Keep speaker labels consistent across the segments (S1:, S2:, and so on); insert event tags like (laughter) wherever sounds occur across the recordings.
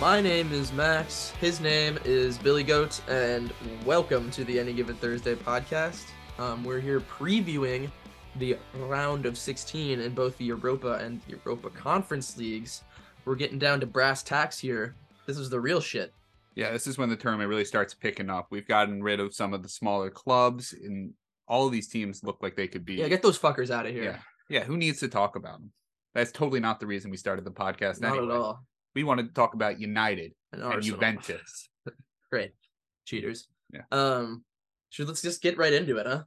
S1: My name is Max. His name is Billy Goat, and welcome to the Any Given Thursday podcast. Um, we're here previewing the round of 16 in both the Europa and the Europa Conference leagues. We're getting down to brass tacks here. This is the real shit.
S2: Yeah, this is when the tournament really starts picking up. We've gotten rid of some of the smaller clubs, and all of these teams look like they could be.
S1: Yeah, get those fuckers out of here.
S2: yeah, yeah. Who needs to talk about them? That's totally not the reason we started the podcast.
S1: Not
S2: anyway.
S1: at all.
S2: We wanted to talk about United.
S1: And
S2: and
S1: Arsenal.
S2: Juventus.
S1: Great. Cheaters.
S2: Yeah.
S1: Um, should let's just get right into it, huh?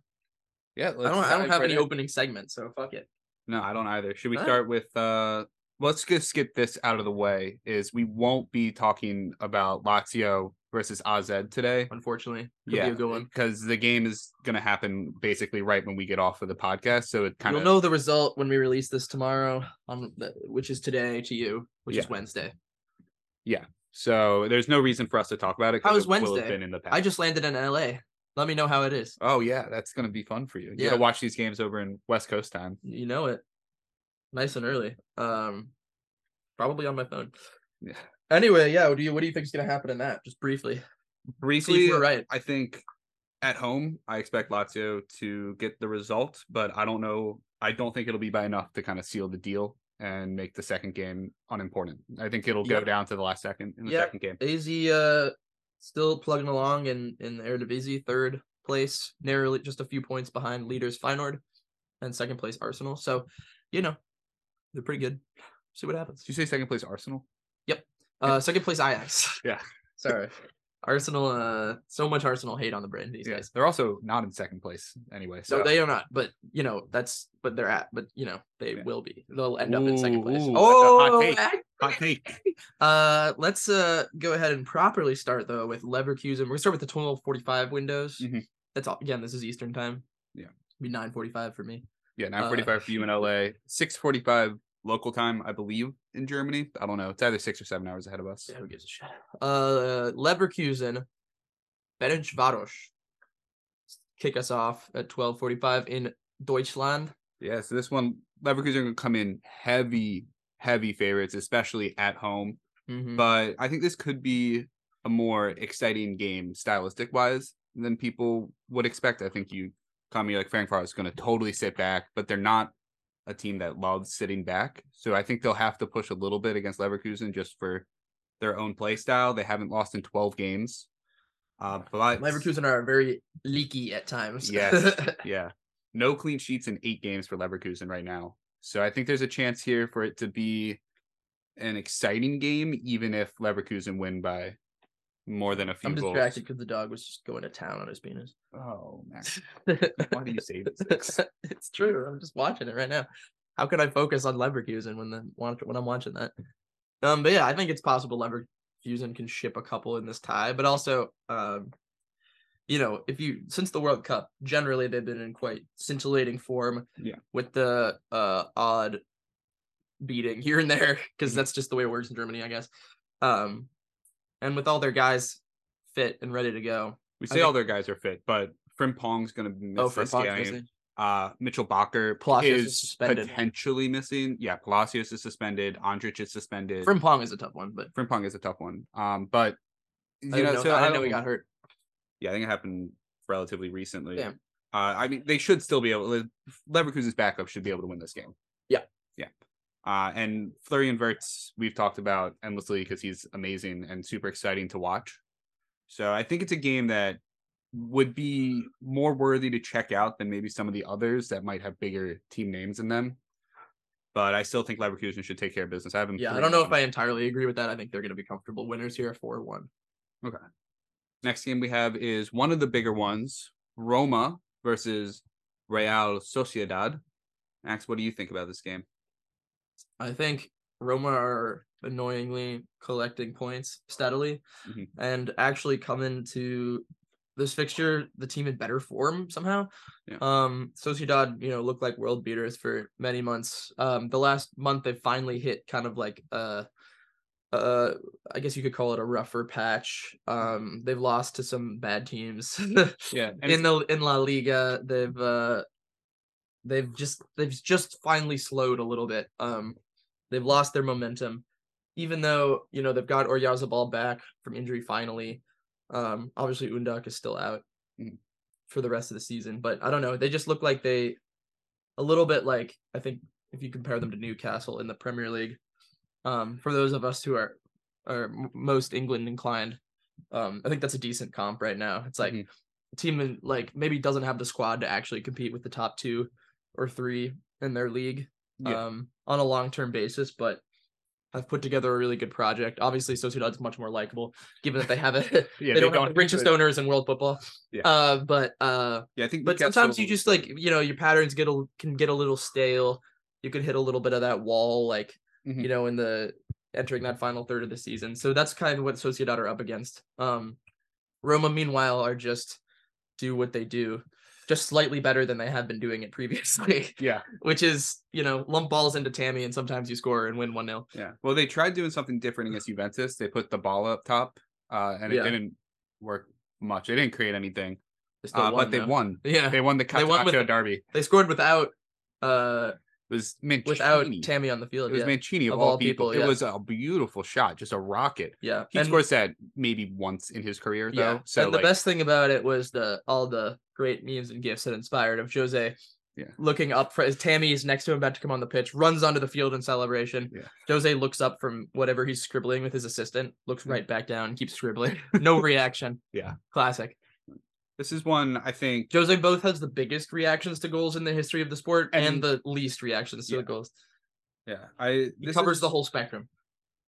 S2: Yeah,
S1: I don't. I don't have any
S2: open.
S1: opening segments, so fuck it.
S2: No, I don't either. Should we
S1: Huh?
S2: start with uh let's just get this out of the way is we won't be talking about Lazio versus AZ today
S1: Unfortunately, could
S2: Yeah.
S1: be a good one.
S2: because the game is going to happen basically right when we get off of the podcast so it kind
S1: You'll
S2: of
S1: know the result when we release this tomorrow, on the, which is today to you, which is Wednesday.
S2: so there's no reason for us to talk about it 'cause
S1: How is
S2: it will have
S1: Wednesday?
S2: been in the past.
S1: I just landed in LA. Let me know how it is.
S2: Oh yeah, that's going to be fun for you. You got
S1: Yeah.
S2: to watch these games over in West Coast time.
S1: You know it, nice and early. Um, probably on my phone.
S2: Yeah.
S1: Anyway, yeah. What do you What do you think is gonna happen in that? Just briefly. See
S2: Briefly, uh,
S1: if we're right.
S2: I think at home, I expect Lazio to get the result, but I don't know. I don't think it'll be by enough to kind of seal the deal and make the second game unimportant. I think it'll go
S1: Yeah.
S2: down to the last second in the
S1: Yeah.
S2: second game.
S1: AZ uh, still plugging along in in the Eredivisie, third place, narrowly just a few points behind leaders Feyenoord, and second place Arsenal. So, you know, they're pretty good. See what happens.
S2: Did you say second place Arsenal?
S1: Uh, second place Ajax. (laughs)
S2: Yeah.
S1: sorry. Arsenal. Uh, so much Arsenal hate on the brand these
S2: Yes.
S1: days.
S2: They're also not in second place anyway. So
S1: So they are not, but you know that's but they're at, but you know they
S2: Yeah.
S1: will be. They'll end up in second place.
S2: Ooh, ooh, that's a hot
S1: oh,
S2: take.
S1: ac-
S2: hot take.
S1: uh, let's uh go ahead and properly start though with Leverkusen. We're gonna start with the twelve forty five windows.
S2: Mhm.
S1: That's all. Again, this is Eastern time.
S2: Yeah.
S1: be nine forty five for me.
S2: Yeah, nine forty-five for you in LA, six forty-five local time, I believe, in Germany. I don't know. It's either six or seven hours ahead of us.
S1: Yeah, who gives a shit? Uh, Leverkusen, Ferencvaros, kick us off at twelve forty five in Deutschland.
S2: Yeah, so this one, Leverkusen are going to come in heavy, heavy favorites, especially at home.
S1: Mhm.
S2: But I think this could be a more exciting game, stylistic wise, than people would expect. I think you, Kami, like Frankfurt is going to totally sit back, but they're not a team that loves sitting back. So I think they'll have to push a little bit against Leverkusen just for their own play style. They haven't lost in 12 games. Uh, but
S1: Leverkusen are very leaky at times.
S2: Yes. yeah. No clean sheets in eight games for Leverkusen right now. So I think there's a chance here for it to be an exciting game, even if Leverkusen win by more than a
S1: (laughs)
S2: few
S1: I'm
S2: goals.
S1: distracted because the dog was just going to town on his penis.
S2: Oh,
S1: (laughs)
S2: Max. Why do you say these things?
S1: it's true. I'm just watching it right now. How could I focus on Leverkusen when the watch- when I'm watching that? Um, but yeah, I think it's possible Leverkusen can ship a couple in this tie, but also, um, you know, if you since the World Cup, generally they've been in quite scintillating form.
S2: Yeah.
S1: With the uh odd beating here and there because
S2: Mhm.
S1: that's just the way it works in Germany, I guess. Um, and with all their guys fit and ready to go.
S2: We
S1: I
S2: say all their guys are fit, but Frimpong's going to miss
S1: oh, for
S2: this
S1: Fox,
S2: game.
S1: missing.
S2: Uh, Mitchell Bakker
S1: Palacios
S2: is,
S1: is suspended.
S2: potentially missing. Yeah, Palacios is suspended. Andrich is suspended.
S1: Frimpong is a tough one, but
S2: Frimpong is a tough one. Um, but you
S1: I didn't
S2: know,
S1: know,
S2: so
S1: I
S2: I
S1: didn't know he
S2: don't-
S1: got hurt.
S2: Yeah, I think it happened relatively recently.
S1: Yeah.
S2: Uh, I mean, they should still be able. Le- Leverkusen's backup should be able to win this game.
S1: Yeah.
S2: yeah. Uh, and Florian Wirtz, we've talked about endlessly because he's amazing and super exciting to watch. So I think it's a game that would be more worthy to check out than maybe some of the others that might have bigger team names in them. But I still think Leverkusen should take care of business. I have them.
S1: Yeah, I don't know if I entirely agree with that. I think they're going to be comfortable winners here, four one.
S2: Next game we have is one of the bigger ones, Roma versus Real Sociedad. Max, what do you think about this game?
S1: I think Roma are annoyingly collecting points steadily,
S2: Mhm.
S1: and actually come into this fixture the team in better form somehow.
S2: Yeah.
S1: Um, Sociedad, you know, looked like world beaters for many months. Um, the last month they finally hit kind of like uh uh I guess you could call it a rougher patch. Um, they've lost to some bad teams. (laughs)
S2: Yeah, and
S1: in the in La Liga, they've uh, they've just they've just finally slowed a little bit. Um, they've lost their momentum, even though you know they've got Oryazabal back from injury finally, um, obviously Undak is still out
S2: Mhm.
S1: for the rest of the season. But I don't know. They just look like they a little bit like I think if you compare them to Newcastle in the Premier League. Um, for those of us who are are m- most England inclined, um, I think that's a decent comp right now. It's like
S2: Mhm.
S1: a team in, like maybe doesn't have the squad to actually compete with the top two or three in their league
S2: Yeah.
S1: um, on a long term basis, but have put together a really good project. Obviously, Sociedad's much more likable given that they have a they,
S2: (laughs) yeah,
S1: don't, have the richest owners in world football.
S2: Yeah.
S1: Uh, but uh,
S2: Yeah, I think
S1: but sometimes you
S2: Newcastle-
S1: just like you know your patterns get a, can get a little stale. You could hit a little bit of that wall, like
S2: Mhm.
S1: you know, in the entering that final third of the season. So that's kind of what Sociedad are up against. Um, Roma, meanwhile, are just do what they do, just slightly better than they have been doing it (laughs) previously,
S2: yeah,
S1: which is you know lump balls into Tammy, and sometimes you score and win one 0
S2: yeah. Well, they tried doing something different against Juventus. They put the ball up top, uh, and it
S1: Yeah.
S2: didn't work much. It didn't create anything, uh, but they won.
S1: (laughs) Yeah,
S2: They won the
S1: They won with-
S2: Catenaccio derby. It
S1: they scored without uh
S2: was Mancini.
S1: without
S2: it
S1: Tammy on the field.
S2: was
S1: yeah,
S2: Mancini of, all, people. It
S1: yeah.
S2: was a beautiful shot, just a rocket.
S1: yeah.
S2: He scores that maybe once in his career, though. So
S1: and
S2: like,
S1: the best thing about it was the all the great memes and gifts that inspired of Jose.
S2: Yeah.
S1: Looking up for as Tammy is next to him, about to come on the pitch, runs onto the field in celebration.
S2: Yeah.
S1: Jose looks up from whatever he's scribbling with his assistant, looks right back down, keeps
S2: (laughs)
S1: scribbling. No reaction.
S2: Hmm. Yeah.
S1: Classic.
S2: this is one I think
S1: Jose both has the biggest reactions to goals in the history of the sport and,
S2: And-
S1: the least reactions to
S2: Yeah.
S1: the goals.
S2: Yeah, I
S1: He
S2: this
S1: covers
S2: is,
S1: the whole spectrum.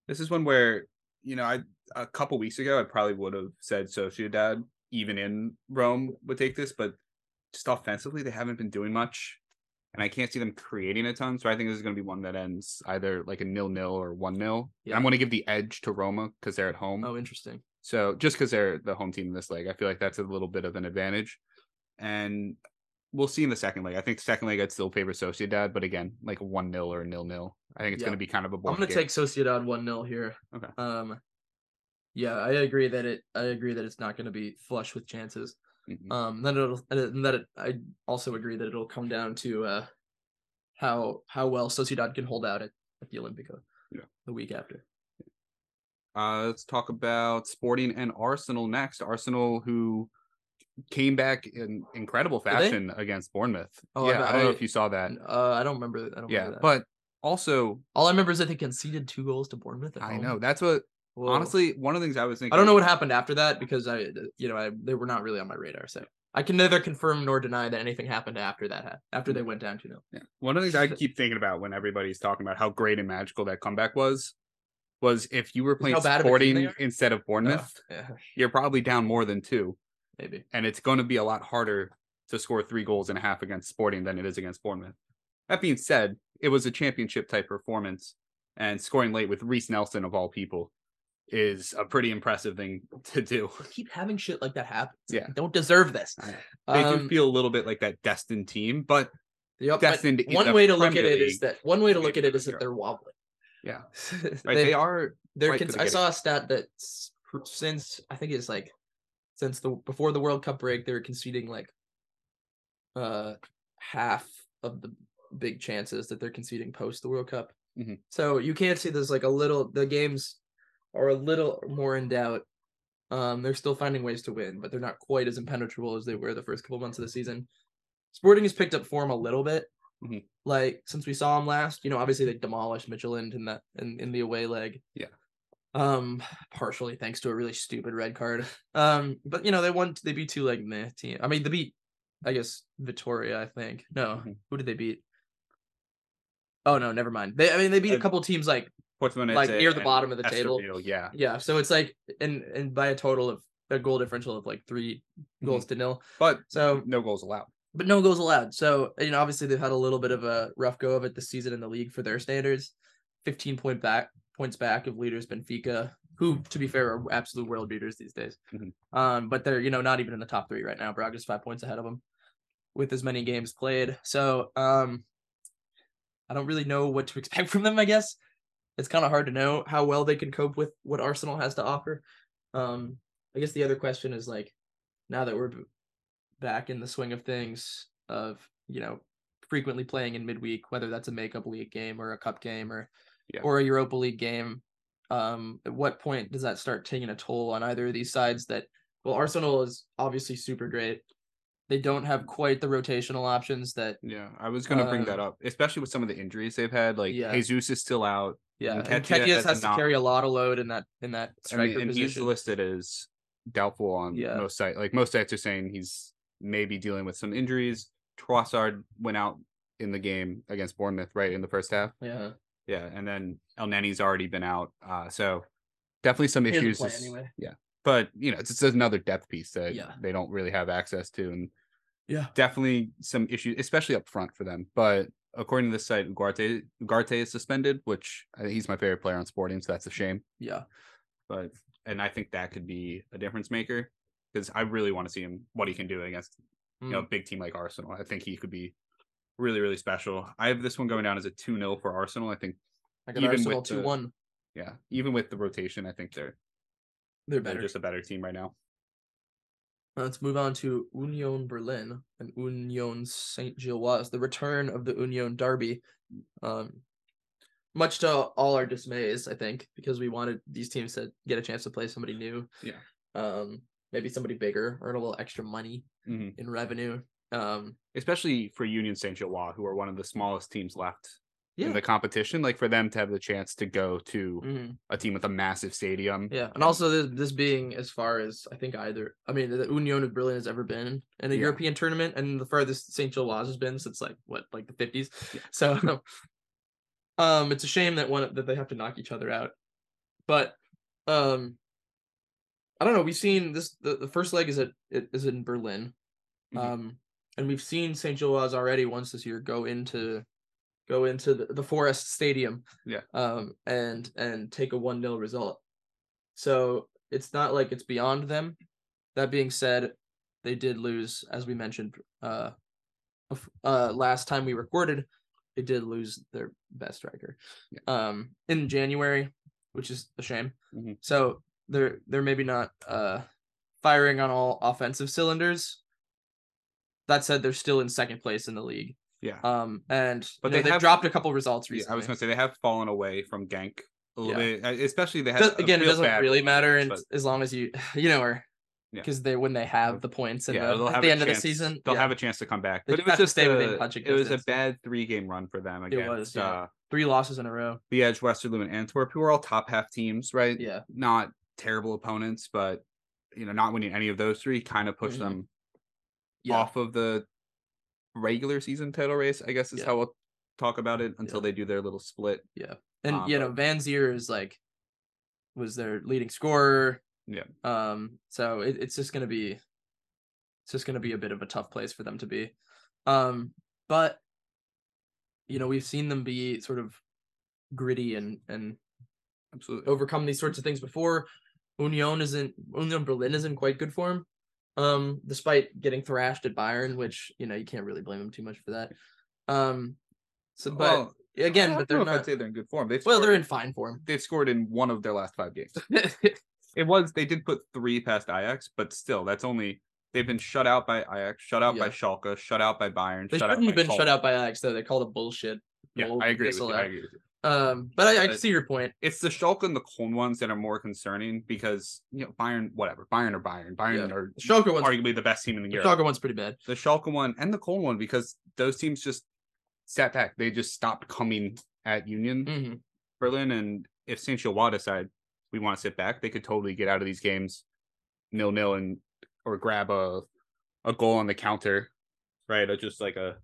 S2: This is one where you know I a couple weeks ago I probably would have said Sociedad even in Rome would take this, but just offensively they haven't been doing much, and I can't see them creating a ton. So I think this is going to be one that ends either like a nil nil or one nil.
S1: Yeah.
S2: I'm going to give the edge to Roma because they're at home.
S1: Oh, interesting.
S2: So just because they're the home team in this leg, I feel like that's a little bit of an advantage. And we'll see in the second leg. I think the second leg I'd still favor Sociedad, but again, like one 0 or nil nil. I think it's
S1: Yeah.
S2: going to be kind of a
S1: I'm
S2: boring.
S1: gonna
S2: game.
S1: take Sociedad one 0 here.
S2: Okay.
S1: Um, yeah, I agree that it. I agree that it's not gonna be flush with chances.
S2: Mhm.
S1: Um, then it'll and that it, I also agree that it'll come down to uh how how well Sociedad can hold out at, at the Olympico.
S2: Yeah.
S1: The week after.
S2: Uh, let's talk about Sporting and Arsenal next. Arsenal, who came back in incredible
S1: Did they?
S2: fashion against Bournemouth.
S1: Oh, I
S2: yeah,
S1: bet-
S2: I, don't know
S1: I-
S2: if you saw that.
S1: And, uh, I don't remember. I don't
S2: yeah,
S1: remember that.
S2: but also
S1: all I remember is that they conceded two goals to Bournemouth. at
S2: I
S1: home.
S2: know that's what
S1: Whoa.
S2: honestly one of the things I was thinking.
S1: I don't know what happened after that because I, uh, you know, I they were not really on my radar. So I can neither confirm nor deny that anything happened after that. hap- After they
S2: Mm.
S1: went down two 0
S2: Yeah. One of the things I keep thinking about when everybody's talking about how great and magical that comeback was, was if you were playing
S1: how bad of a team they
S2: Sporting
S1: are?
S2: instead of Bournemouth,
S1: (laughs) Yeah,
S2: you're probably down more than two,
S1: maybe.
S2: and it's going to be a lot harder to score three goals and a half against Sporting than it is against Bournemouth. That being said, it was a championship type performance, and scoring late with Reese Nelson of all people is a pretty impressive thing to do. (laughs)
S1: we keep having shit like that happen. It's like,
S2: Yeah.
S1: we don't deserve this.
S2: I know. They do
S1: Um,
S2: feel a little bit like that destined team, but
S1: yep, but
S2: destined. in
S1: one
S2: the
S1: way to look at
S2: Premier
S1: it is
S2: League,
S1: that one way to
S2: Premier
S1: look at it is
S2: League.
S1: that they're wobbling. (laughs)
S2: Yeah.
S1: they,
S2: right, they are
S1: they're
S2: right to
S1: cons-
S2: the
S1: I
S2: gate.
S1: saw a stat that s- since I think it's like since the before the World Cup break, they were conceding like uh half of the big chances that they're conceding post the World Cup.
S2: Mhm.
S1: So you can't see there's like a little the games are a little more in doubt. Um, they're still finding ways to win, but they're not quite as impenetrable as they were the first couple months of the season. Sporting has picked up form a little bit,
S2: Mhm.
S1: like since we saw them last. You know, obviously they demolished Mitchelland in that in, in the away leg.
S2: Yeah.
S1: Um, partially thanks to a really stupid red card. Um, but you know they won. They beat two like meh team. I mean they beat, I guess Vittoria. I think no.
S2: Mhm.
S1: Who did they beat? Oh no, never mind. They I mean they beat a
S2: Uh,
S1: couple teams like
S2: Portsmouth
S1: like
S2: United
S1: near the
S2: and
S1: bottom of the table.
S2: Esterfield, Yeah,
S1: Yeah, so it's like and and by a total of a goal differential of like 3 goals to nil.
S2: but
S1: So
S2: no goals allowed.
S1: but no goals allowed. So you know obviously they've had a little bit of a rough go of it this season in the league for their standards. 15 point back points back of leaders Benfica, who to be fair are absolute world beaters these days.
S2: Mhm.
S1: Um but they're you know not even in the top 3 right now. Braga's 5 points ahead of them with as many games played. So um I don't really know what to (laughs) expect from them, I guess. It's kind of hard to know how well they can cope with what Arsenal has to offer. Um I guess the other question is like now that we're b- back in the swing of things of, you know, frequently playing in midweek, whether that's a makeup league game or a cup game or
S2: Yeah.
S1: or a Europa League game, um, at what point does that start taking a toll on either of these sides? That well, Arsenal is obviously super great. They don't have quite the rotational options that
S2: Yeah, I was gonna bring
S1: Uh,
S2: that up, especially with some of the injuries they've had. Like
S1: Yeah.
S2: Jesus is still out,
S1: yeah.
S2: And
S1: uh, And
S2: Nketiah
S1: Ketias
S2: as
S1: has to
S2: not-
S1: carry a lot of load in that in that
S2: and,
S1: striker
S2: and he's
S1: position.
S2: listed as doubtful on
S1: Yeah.
S2: most sites. Like most sites are saying he's maybe dealing with some injuries. Trossard went out in the game against Bournemouth, right in the first half.
S1: Yeah,
S2: Yeah, and then El Nenny's already been out, uh, so definitely some
S1: He doesn't
S2: issues.
S1: play
S2: this-
S1: anyway.
S2: Yeah, but you know, it's just another depth piece that
S1: Yeah.
S2: they don't really have access to, and
S1: yeah.
S2: definitely some issues, especially up front for them. But according to this site, Ugarte Ugarte is suspended, which I think he's my favorite player on Sporting, so that's a shame.
S1: Yeah.
S2: But and I think that could be a difference maker because I really want to see him what he can do against
S1: Mm.
S2: you know a big team like Arsenal. I think he could be really really special. I have this one going down as a 2-0 for Arsenal. I think
S1: I got
S2: even with
S1: Arsenal
S2: the-
S1: two one.
S2: yeah, even with the rotation, I think they're
S1: They're
S2: they're
S1: better.
S2: just a better team right now.
S1: Let's move on to Union Berlin and Union Saint Gilloise, the return of the Union Derby. Um, much to all our dismays, I think, because we wanted these teams to get a chance to play somebody new.
S2: Yeah.
S1: Um, maybe somebody bigger, earn a little extra money
S2: Mhm.
S1: in revenue. Um,
S2: Especially for Union Saint Gilloise, who are one of the smallest teams left
S1: yeah.
S2: in the competition. Like for them to have the chance to go to
S1: Mhm.
S2: a team with a massive stadium.
S1: Yeah, and also this, this being as far as I think either I mean the Union of Berlin has ever been in a
S2: Yeah.
S1: European tournament, and the farthest Saint Gilloise has been since like what like the fifties. (laughs) So, um, it's a shame that one that they have to knock each other out, but um, I don't know. We've seen this the, the first leg is at it is in Berlin,
S2: Mhm.
S1: um, and we've seen Saint Gilloise already once this year go into go into the, the Forest Stadium,
S2: Yeah.
S1: um, and and take a one 0 result. So it's not like it's beyond them. That being said, they did lose, as we mentioned, uh, bef- uh, last time we recorded, they did lose their best striker,
S2: Yeah.
S1: um, in January, which is a shame.
S2: Mhm.
S1: So they're they're maybe not uh firing on all offensive cylinders. That said, they're still in second place in the league.
S2: Yeah.
S1: Um, and but
S2: But
S1: they
S2: they
S1: have
S2: have-
S1: dropped a couple results
S2: Yeah,
S1: recently.
S2: I was gonna say they have fallen away from Gank a little bit, uh, especially they had
S1: Does-
S2: a
S1: again, it
S2: real
S1: doesn't
S2: bad-
S1: really matter, and
S2: but-
S1: as long as you (laughs) you know her,
S2: Yeah.
S1: because they when they have the points and
S2: yeah,
S1: the,
S2: they'll
S1: at
S2: have
S1: the
S2: a
S1: end of the
S2: chance-
S1: season,
S2: They'll
S1: yeah,
S2: have a chance to come back,
S1: They
S2: but
S1: just
S2: it was
S1: have to
S2: just
S1: stay within
S2: a-
S1: punching
S2: It was a
S1: distance.
S2: bad three game run for them against
S1: was, yeah.
S2: uh,
S1: three losses in a row.
S2: the Edge, Westerloo, and Antwerp, who are all top half teams, right?
S1: Yeah,
S2: Not terrible opponents, but you know, not winning any of those three kind of pushed
S1: Mhm.
S2: them
S1: yeah.
S2: off of the regular season title race. I guess is
S1: Yeah.
S2: how we'll talk about it until they do their little split.
S1: and
S2: Um,
S1: you know Van Zier is like was their leading scorer.
S2: Yeah.
S1: Um. So it, it's just gonna be, it's just gonna be a bit of a tough place for them to be, um. But you know we've seen them be sort of gritty and and
S2: Absolutely.
S1: overcome these sorts of things before. Union isn't Union Berlin is in quite good form, um, despite getting thrashed at Bayern, which you know you can't really blame them too much for that. Um, so but
S2: Well,
S1: again,
S2: I
S1: but
S2: don't
S1: they're
S2: know if I'd
S1: not.
S2: say they're in good form. They've
S1: Well,
S2: scored-
S1: they're in fine form. (laughs)
S2: they've scored in one of their last five games. It was they did put three past Ajax, but still, that's only they've been shut out by Ajax, shut out by
S1: Yeah.
S2: Schalke, shut out by Bayern.
S1: They
S2: shut out
S1: shouldn't have
S2: by
S1: been shut
S2: Schalke.
S1: out by Ajax though. They called it bullshit.
S2: Yeah,
S1: Goal
S2: I agree. With
S1: whistle
S2: you, I
S1: out.
S2: agree with you.
S1: Um, but I, I
S2: But-
S1: see your point.
S2: It's the Schalke and the Köln ones that are more concerning because you know Bayern, whatever Bayern or Bayern, Bayern
S1: Yeah.
S2: are
S1: The Schalke one's
S2: arguably the best team in the
S1: the
S2: year.
S1: Schalke one's pretty bad.
S2: The Schalke one and the Köln one because those teams just sat back. They just stopped coming at Union.
S1: hmm
S2: Berlin and if St. Gilloise decide we want to sit back, they could totally get out of these games nil nil and or grab a a goal on the counter, right? Or just like a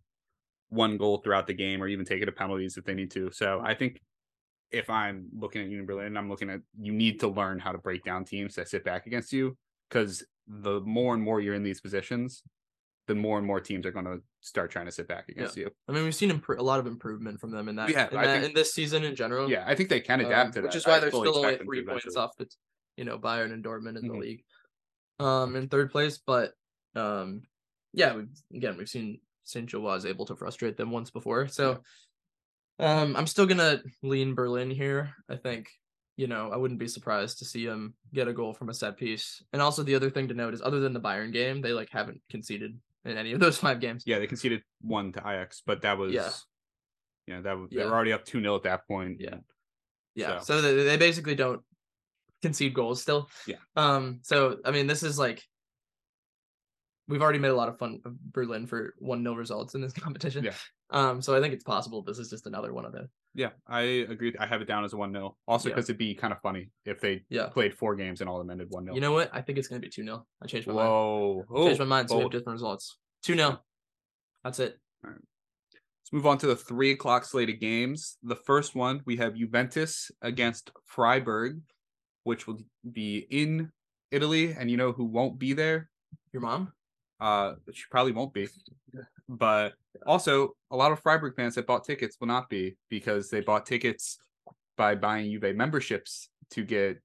S2: one goal throughout the game or even take it to penalties if they need to. So I think if I'm looking at Union Berlin, I'm looking at you need to learn how to break down teams that sit back against you because the more and more you're in these positions, the more and more teams are going to start trying to sit back against you.
S1: I mean, we've seen impro- a lot of improvement from them in that.
S2: We have,
S1: in,
S2: I
S1: that-
S2: think-
S1: in this season in general.
S2: Yeah, I think they can adapt to
S1: um,
S2: that.
S1: which is
S2: I
S1: why they're
S2: fully
S1: still only
S2: expect them to
S1: three points
S2: eventually.
S1: off the, you know, Bayern and Dortmund in the
S2: Mhm.
S1: league, um, in third place. But, um, yeah, we, again, we've seen Sancho was able to frustrate them once before, so, um, I'm still gonna lean Berlin here. I think, you know, I wouldn't be surprised to see them get a goal from a set piece. And also, the other thing to note is, other than the Bayern game, they like haven't conceded in any of those (laughs) five games.
S2: Yeah, they conceded one to Ajax, but that was
S1: Yeah.
S2: you know, that was they
S1: Yeah.
S2: were already up two 0 at that point.
S1: Yeah. Yeah. So, they, they basically don't concede goals still.
S2: Yeah.
S1: Um. So I mean, this is like we've already made a lot of fun of Berlin for one nil results in this (laughs) competition.
S2: Yeah.
S1: Um. So I think it's possible this is just another one of those.
S2: Yeah, I agree. I have it down as a one 0 Also,
S1: Yeah.
S2: because it'd be kind of funny if they
S1: Yeah.
S2: played four games and all of them ended one 0
S1: You know what? I think it's gonna be two 0 I changed my mind.
S2: Whoa! Oh,
S1: changed my mind. So we have
S2: bold.
S1: different results. Two 0 That's it.
S2: Let's move on to the three o'clock slate of games. The first one we have Juventus against Freiburg, which will be in Italy, and you know who won't be there.
S1: Your mom?
S2: Uh, she probably won't be, but also a lot of Freiburg fans that bought tickets will not be because they bought tickets by buying Juve memberships to get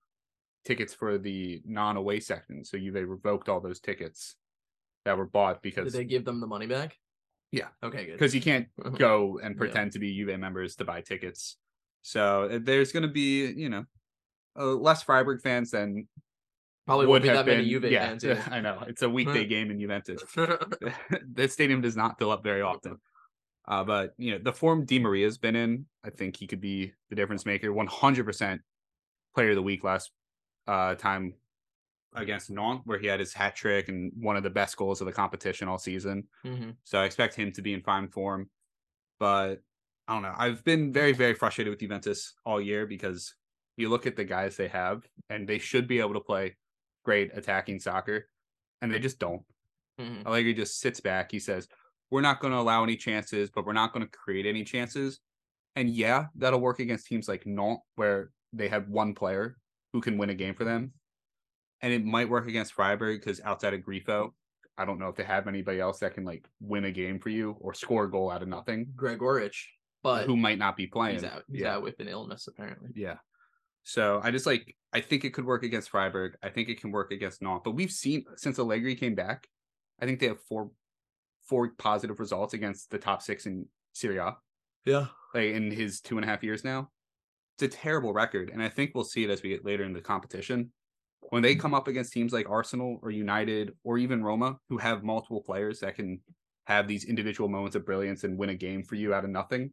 S2: tickets for the non-away section. So Juve revoked all those tickets that were bought
S1: Did
S2: (laughs) because
S1: they give them the money back?
S2: Yeah.
S1: Okay. Good. (laughs)
S2: because you can't
S1: Mhm.
S2: go and
S1: Yeah.
S2: pretend to be Juve members to buy tickets. So uh, there's going to be, you know, uh, less Freiburg fans than
S1: Probably
S2: would
S1: won't be
S2: have
S1: that
S2: been.
S1: many Juve
S2: (laughs) yeah,
S1: fans. either. (laughs)
S2: I know it's a weekday
S1: Mm.
S2: game in Juventus. (laughs) that stadium does not fill up very often. Uh, but you know the form Di Maria's been in, I think he could be the difference maker. One hundred percent player of the week last uh, time against Nantes, where he had his hat trick and one of the best goals of the competition all season.
S1: Mhm.
S2: So I expect him to be in fine form. But I don't know. I've been very, very frustrated with Juventus all year because you look at the guys they have and they should be able to play great attacking soccer and they just don't.
S1: Mhm.
S2: Allegri just sits back. He says, We're not going to allow any chances, but we're not going to create any chances. And yeah, that'll work against teams like Nantes, where they have one player who can win a game for them. And it might work against Freiburg because outside of Grifo, I don't know if they have anybody else that can like win a game for you or score a goal out of nothing
S1: Gregorich, but
S2: who might not be playing.
S1: he's out. He's
S2: yeah.
S1: out with an illness apparently.
S2: Yeah. So I just like I think it could work against Freiburg. I think it can work against Nantes. But we've seen since Allegri came back, I think they have four four positive results against the top six in Syria,
S1: Yeah.
S2: like in his two and a half years now. It's a terrible record. And I think we'll see it as we get later in the competition. When they come up against teams like Arsenal or United or even Roma, who have multiple players that can have these individual moments of brilliance and win a game for you out of nothing,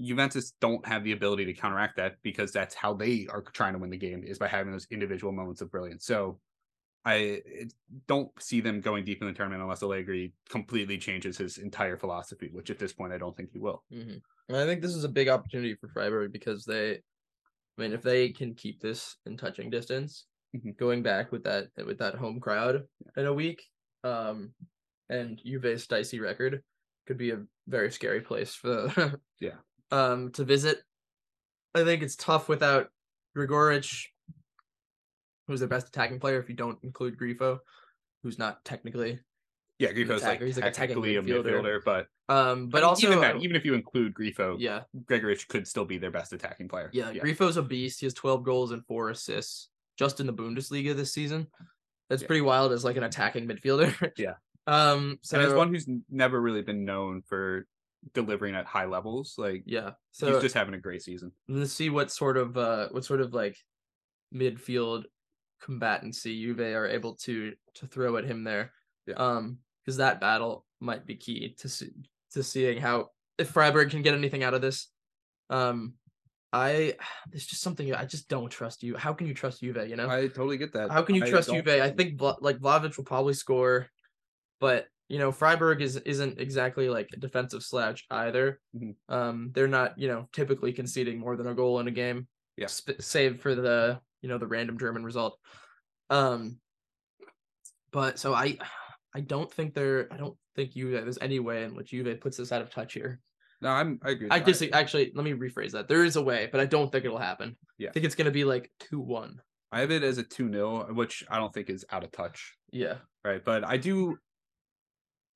S2: Juventus don't have the ability to counteract that because that's how they are trying to win the game is by having those individual moments of brilliance. So I it- don't see them going deep in the tournament unless Allegri completely changes his entire philosophy, which at this point I don't think he will.
S1: hmm And I think this is a big opportunity for Freiburg because they, I mean, if they can keep this in touching distance,
S2: Mhm.
S1: going back with that with that home crowd in a week, um, and Juve's dicey record could be a very scary place (laughs) for
S2: Yeah.
S1: um to visit. I think it's tough without Grigoric, who's their best attacking player. If you don't include Grifo, who's not technically,
S2: Yeah, Grifo's like,
S1: attacker. He's like attacking
S2: technically a
S1: midfielder.
S2: midfielder, but
S1: um, but
S2: I mean,
S1: also
S2: even, that, even if you include Grifo,
S1: yeah,
S2: Gregorich could still be their best attacking player.
S1: Yeah, Grifo's a beast. He has 12 goals and four assists just in the Bundesliga this season. That's
S2: Yeah.
S1: pretty wild as like an attacking midfielder. (laughs)
S2: Yeah.
S1: Um. So
S2: and as one who's never really been known for delivering at high levels, like
S1: yeah.
S2: he's
S1: So
S2: just having a great season.
S1: let's see what sort of uh what sort of like midfield combatancy Juve are able to to throw at him there.
S2: Yeah.
S1: Um. Because that battle might be key to see, to seeing how if Freiburg can get anything out of this. Um. I (sighs) there's just something I just don't trust you. How can you trust Juve? You know.
S2: I totally get that.
S1: How can you
S2: I
S1: trust
S2: don't-
S1: Juve? I think Vla- like Vlahovic will probably score, but you know Freiburg is isn't exactly like a defensive slouch either.
S2: Mhm.
S1: Um, they're not you know typically conceding more than a goal in a game.
S2: Yeah.
S1: sp- save for the you know the random German result. Um, but so I, I don't think they're. I don't think Juve. There's any way in which Juve puts this out of touch here.
S2: No, I'm. I agree.
S1: I
S2: with that.
S1: just actually let me rephrase that. There is a way, but I don't think it'll happen.
S2: Yeah.
S1: I think it's gonna be like two one.
S2: I have it as a two 0 which I don't think is out of touch,
S1: Yeah.
S2: right? But I do.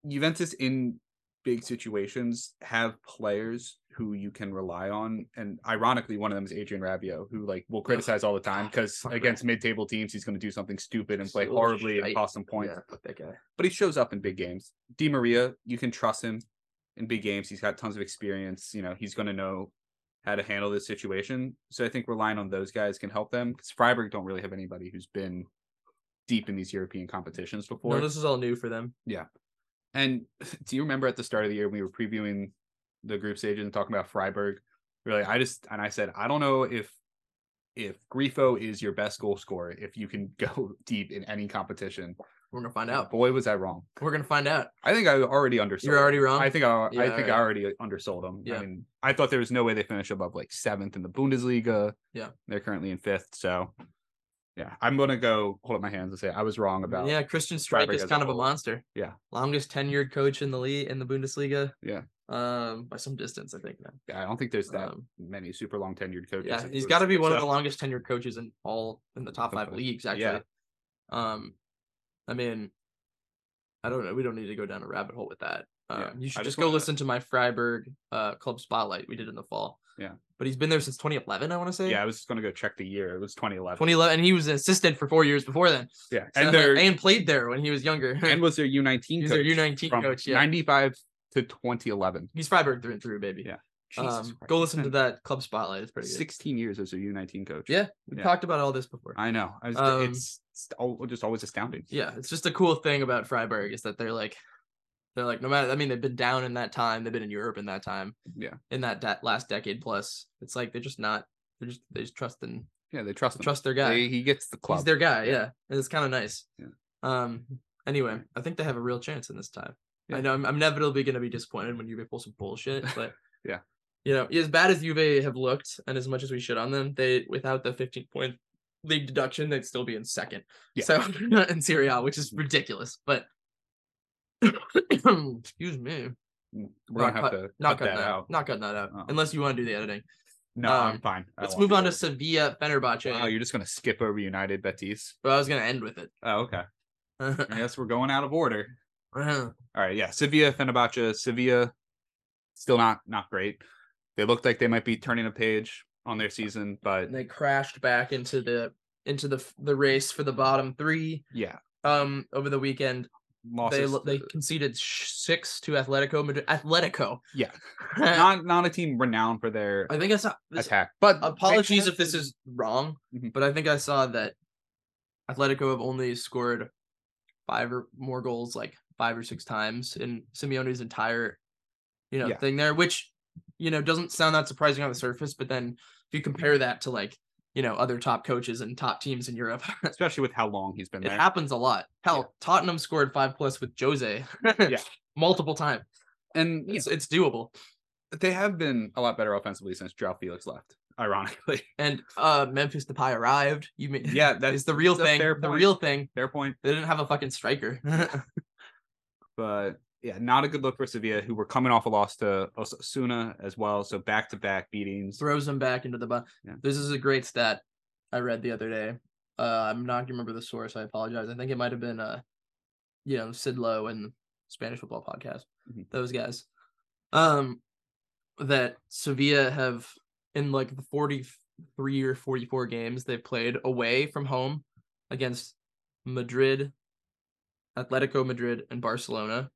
S2: Juventus in big situations have players who you can rely on, and ironically, one of them is Adrian Rabiot, who like will criticize all the time because
S1: Ah, fuck
S2: against mid-table teams, he's going to do something stupid and play
S1: So
S2: horribly and
S1: shite.
S2: cost some points.
S1: Yeah, fuck that guy.
S2: But he shows up in big games. Di Maria, you can trust him in big games. He's got tons of experience. You know, he's going to know how to handle this situation. So I think relying on those guys can help them because Freiburg don't really have anybody who's been deep in these European competitions before.
S1: No, this is all new for them.
S2: (laughs) And do you remember at the start of the year we were previewing the group stage and talking about Freiburg? Really, I just and I said I don't know if if Grifo is your best goal scorer if you can (laughs) go deep in any competition.
S1: We're gonna find out.
S2: Boy, was I wrong.
S1: We're gonna find out.
S2: I think I already undersold.
S1: You're
S2: him.
S1: already wrong.
S2: I think I,
S1: Yeah,
S2: I think
S1: alright.
S2: I already undersold them.
S1: Yeah.
S2: I mean, I thought there was no way they finish above like seventh in the Bundesliga.
S1: Yeah.
S2: they're currently in fifth. So, yeah, I'm gonna go hold up my hands and say I was wrong about.
S1: yeah, Christian Streich
S2: Freiburg
S1: is
S2: as a
S1: kind of a
S2: whole.
S1: monster.
S2: Yeah.
S1: longest tenured coach in the league in the Bundesliga.
S2: Yeah.
S1: um, by some distance, I think. Now.
S2: I don't think there's that
S1: Um,
S2: many super long tenured coaches.
S1: yeah,
S2: in
S1: he's got to be one of
S2: Bundesliga,
S1: the longest tenured coaches in all in the top five
S2: Okay.
S1: leagues, actually.
S2: Yeah.
S1: Um, I mean, I don't know. We don't need to go down a rabbit hole with that. Um, you
S2: Yeah, I
S1: should
S2: just
S1: just go
S2: wanted to-
S1: listen to my Freiburg uh, club spotlight we did in the fall.
S2: Yeah.
S1: but he's been there since 2011, I want to
S2: so-
S1: say.
S2: Yeah, I was just gonna go check the year. It was 2011.
S1: 2011, and he was an assistant for four years before then,
S2: yeah,
S1: So-
S2: and their and,
S1: and played there when he was younger. (laughs)
S2: was their U19
S1: He's
S2: coach.
S1: their U19
S2: from
S1: coach, yeah.
S2: 95 to 2011.
S1: He's Freiburg through and through, baby.
S2: Yeah. Jesus
S1: Um,
S2: Christ,
S1: go
S2: he's
S1: listen to
S2: been
S1: that club spotlight. It's pretty good.
S2: 16 years as a U19 coach.
S1: Yeah, we
S2: Yeah.
S1: talked about all this before.
S2: I know. I was,
S1: Um,
S2: it's, it's al- just always astounding.
S1: yeah, it's just a cool thing about Freiburg is that they're like, they're like, no matter. I mean, they've been down in that time. They've been in Europe in that time.
S2: Yeah.
S1: In that de- last decade plus, it's like they're just not. They're just they just trust and
S2: Yeah, they trust him.
S1: trust their guy.
S2: They- he gets the club.
S1: He's their guy.
S2: Yeah.
S1: Yeah, and it's kind of nice.
S2: Yeah.
S1: Um. Anyway, I think they have a real chance in this time. I
S2: Yeah.
S1: know I'm, I'm inevitably going to be disappointed when Juve pulls some
S2: (laughs)
S1: bullshit, but
S2: Yeah.
S1: you know, as bad as Juve have looked, and as much as we shit on them, they without the 15 point league deduction, they'd still be in second.
S2: Yeah. Mm-hmm.
S1: So (laughs) in Serie A, which is ridiculous, but (coughs) excuse me,
S2: We're gonna
S1: Not
S2: have to
S1: not
S2: cut
S1: cutting
S2: that
S1: that
S2: out.
S1: not cutting that out,
S2: Oh.
S1: unless you want to do the editing.
S2: no,
S1: um,
S2: I'm fine. I
S1: Let's
S2: won't
S1: move
S2: do
S1: on to
S2: that.
S1: Sevilla Fenerbahce.
S2: Wow, you're just gonna skip over United Betis.
S1: but I was going to end with it.
S2: Oh, okay. I guess we're going out of order.
S1: (laughs) Uh,
S2: All right, (laughs) yeah. Sevilla, Fenerbahce, Sevilla, still not not great. They looked like they might be turning a page on their season, but
S1: and they crashed back into the into the the race for the bottom three
S2: yeah,
S1: um over the weekend. they
S2: losses.
S1: lo- they conceded sh- six to Atletico Madrid. Atletico. (laughs)
S2: Yeah.
S1: I
S2: not not a team renowned for their
S1: think I saw. This,
S2: attack.
S1: (laughs)
S2: But
S1: apologies if this is wrong,
S2: Mhm.
S1: but I think I saw that Atletico have only scored five or more goals like five or six times in Simeone's entire, you know,
S2: Yeah.
S1: thing there, which you know doesn't sound that surprising on the surface, but then if you compare that to like you know other top coaches and top teams in Europe,
S2: especially with how long he's been
S1: It
S2: there.
S1: happens a lot. Hell, Tottenham scored five plus with Jose
S2: (laughs) Yeah.
S1: (laughs) multiple times. (laughs)
S2: and you
S1: It's, it's doable.
S2: know, they have been a lot better offensively since Joao Felix left,
S1: (laughs)
S2: ironically.
S1: And uh Memphis Depay arrived. You mean
S2: yeah, that
S1: it's
S2: is
S1: the real
S2: it's a
S1: thing.
S2: fair
S1: The
S2: point.
S1: real thing.
S2: fair point.
S1: They didn't have a fucking
S2: (laughs)
S1: striker.
S2: But yeah, not a good look for Sevilla, who were coming off a loss to Osasuna as well. So back to back beatings.
S1: Throws them back into the bun.
S2: Yeah.
S1: This is a great stat I read the other day. Uh I'm not gonna remember the source. I apologize. I think it might have been uh you know, Sid Lowe and Spanish football podcast.
S2: Mhm.
S1: Those guys. Um that Sevilla have in like the 43 or 44 games they've played away from home against Madrid, Atletico Madrid, and Barcelona.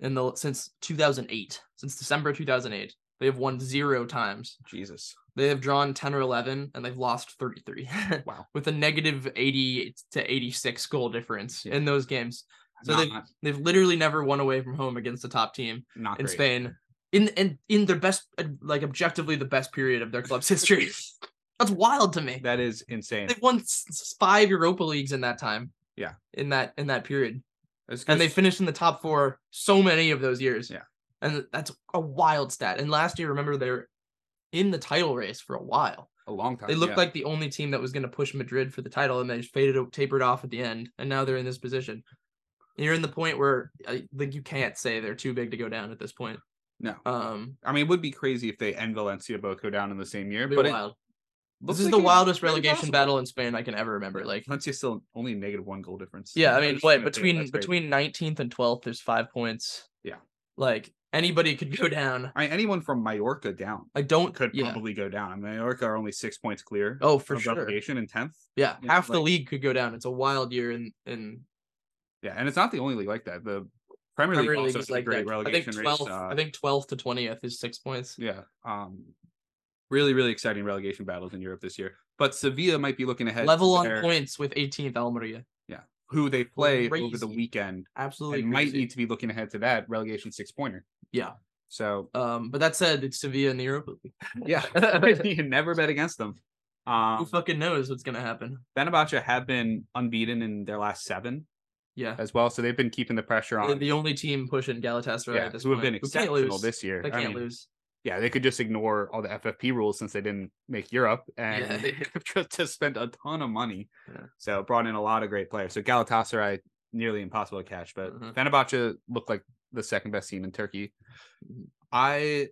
S1: In the since 2008, since December 2008, they have won zero times.
S2: Jesus.
S1: They have drawn 10 or 11, and they've lost (laughs) 33.
S2: Wow.
S1: with a negative 80 to 86 goal difference
S2: Yeah.
S1: in those games. So
S2: not,
S1: they-
S2: not,
S1: They've literally never won away from home against the top team
S2: not
S1: in
S2: great.
S1: Spain in in in their best uh, like objectively the best period of their club's (laughs) history. That's wild to me.
S2: That is insane.
S1: They've won s- s- five Europa leagues in that time.
S2: Yeah.
S1: In that in that period,
S2: It's
S1: and they
S2: 'cause-
S1: finished in the top four so many of those years.
S2: Yeah.
S1: And that's a wild stat. And last year, remember they were in the title race for a while.
S2: a long time.
S1: They looked
S2: yeah.
S1: like the only team that was going to push Madrid for the title, and they just faded, tapered off at the end, and now they're in this position. And you're in the point where I think you can't say they're too big to go down at this point.
S2: no.
S1: Um,
S2: I mean, it would be crazy if they and Valencia both go down in the same year,
S1: it'd be
S2: but it
S1: wild.
S2: looks
S1: This is
S2: like
S1: the
S2: it's
S1: wildest
S2: very
S1: relegation
S2: possible.
S1: battle in Spain I can ever remember. Like,
S2: Valencia's still only a negative one goal difference.
S1: yeah, I mean,
S2: just
S1: what
S2: gonna say
S1: between
S2: that's crazy.
S1: between 19th and 12th, there's five points.
S2: Yeah.
S1: like anybody could go down.
S2: I mean, anyone from Mallorca down
S1: I don't.
S2: could
S1: yeah.
S2: probably go down. I mean, Mallorca are only six points clear
S1: Oh, for
S2: of
S1: sure.
S2: relegation in tenth.
S1: Yeah,
S2: Yeah,
S1: half the
S2: like-
S1: league could go down. It's a wild year in in
S2: Yeah, and it's not the only league like that. The Premier League
S1: Premier League
S2: also
S1: is
S2: has
S1: like
S2: a great
S1: that. I think
S2: relegation
S1: 12th.
S2: race. Uh,
S1: I think 12th to 20th is six points.
S2: yeah, um, really, really exciting relegation battles in Europe this year. But Sevilla might be looking ahead.
S1: level
S2: to
S1: on
S2: their-
S1: points with 18th Almeria.
S2: Who they play over the
S1: Crazy.
S2: weekend
S1: Absolutely,
S2: and might
S1: crazy.
S2: need to be looking ahead to that relegation six pointer.
S1: Yeah. (laughs)
S2: So
S1: Um, but that said, it's Sevilla in the Europa League.
S2: yeah, (laughs) you can never bet against them.
S1: Who
S2: Um,
S1: fucking knows what's gonna happen?
S2: Fenerbahce have been unbeaten in their last seven
S1: Yeah,
S2: as well, so they've been keepting the pressure
S1: They're
S2: on.
S1: the only team pushing Galatasaray
S2: yeah,
S1: at this
S2: who have
S1: point.
S2: been
S1: We can't
S2: exceptional
S1: lose.
S2: this year.
S1: They
S2: I
S1: can't
S2: mean,
S1: lose.
S2: yeah, they could just ignore all the FFP rules since they didn't make Europe and
S1: Yeah.
S2: they could have just- just spent a ton of money.
S1: Yeah.
S2: So brought in a lot of great players. So Galatasaray nearly impossible to catch, but
S1: Mhm.
S2: Fenerbahce looked like the second best team in Turkey.
S1: Mhm.
S2: I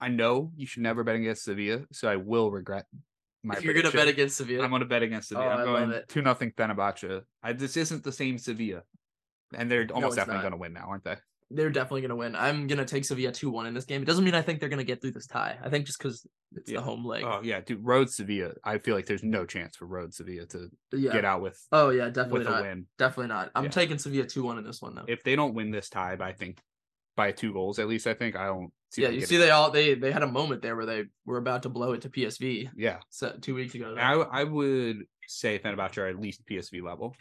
S2: I know you should never bet against Sevilla, so I will regret my
S1: If you're gonna bet
S2: prediction.
S1: against Sevilla,
S2: I'm gonna bet against Sevilla.
S1: Oh, I
S2: I'm
S1: love
S2: going
S1: it.
S2: two nothing Fenerbahce. I, this isn't the same Sevilla, and they're almost
S1: it's
S2: definitely
S1: not.
S2: going to win now, aren't they?
S1: they're definitely gonna win. I'm gonna take Sevilla two one in this game. It doesn't mean I think they're gonna get through this tie. I think just because it's
S2: Yeah.
S1: the home leg.
S2: oh yeah, dude, road Sevilla. I feel like there's no chance for road Sevilla to
S1: yeah.
S2: get out with
S1: Oh yeah, definitely
S2: with
S1: not.
S2: a win.
S1: Definitely not. I'm
S2: Yeah.
S1: taking Sevilla two one in this one though.
S2: If they don't win this tie, by, I think by two goals at least. I think I don't see.
S1: yeah,
S2: them
S1: you
S2: getting-
S1: see, they all they they had a moment there where they were about to blow it to PSV
S2: Yeah,
S1: so, two weeks ago.
S2: I I would say Fenerbahce are at least PSV level.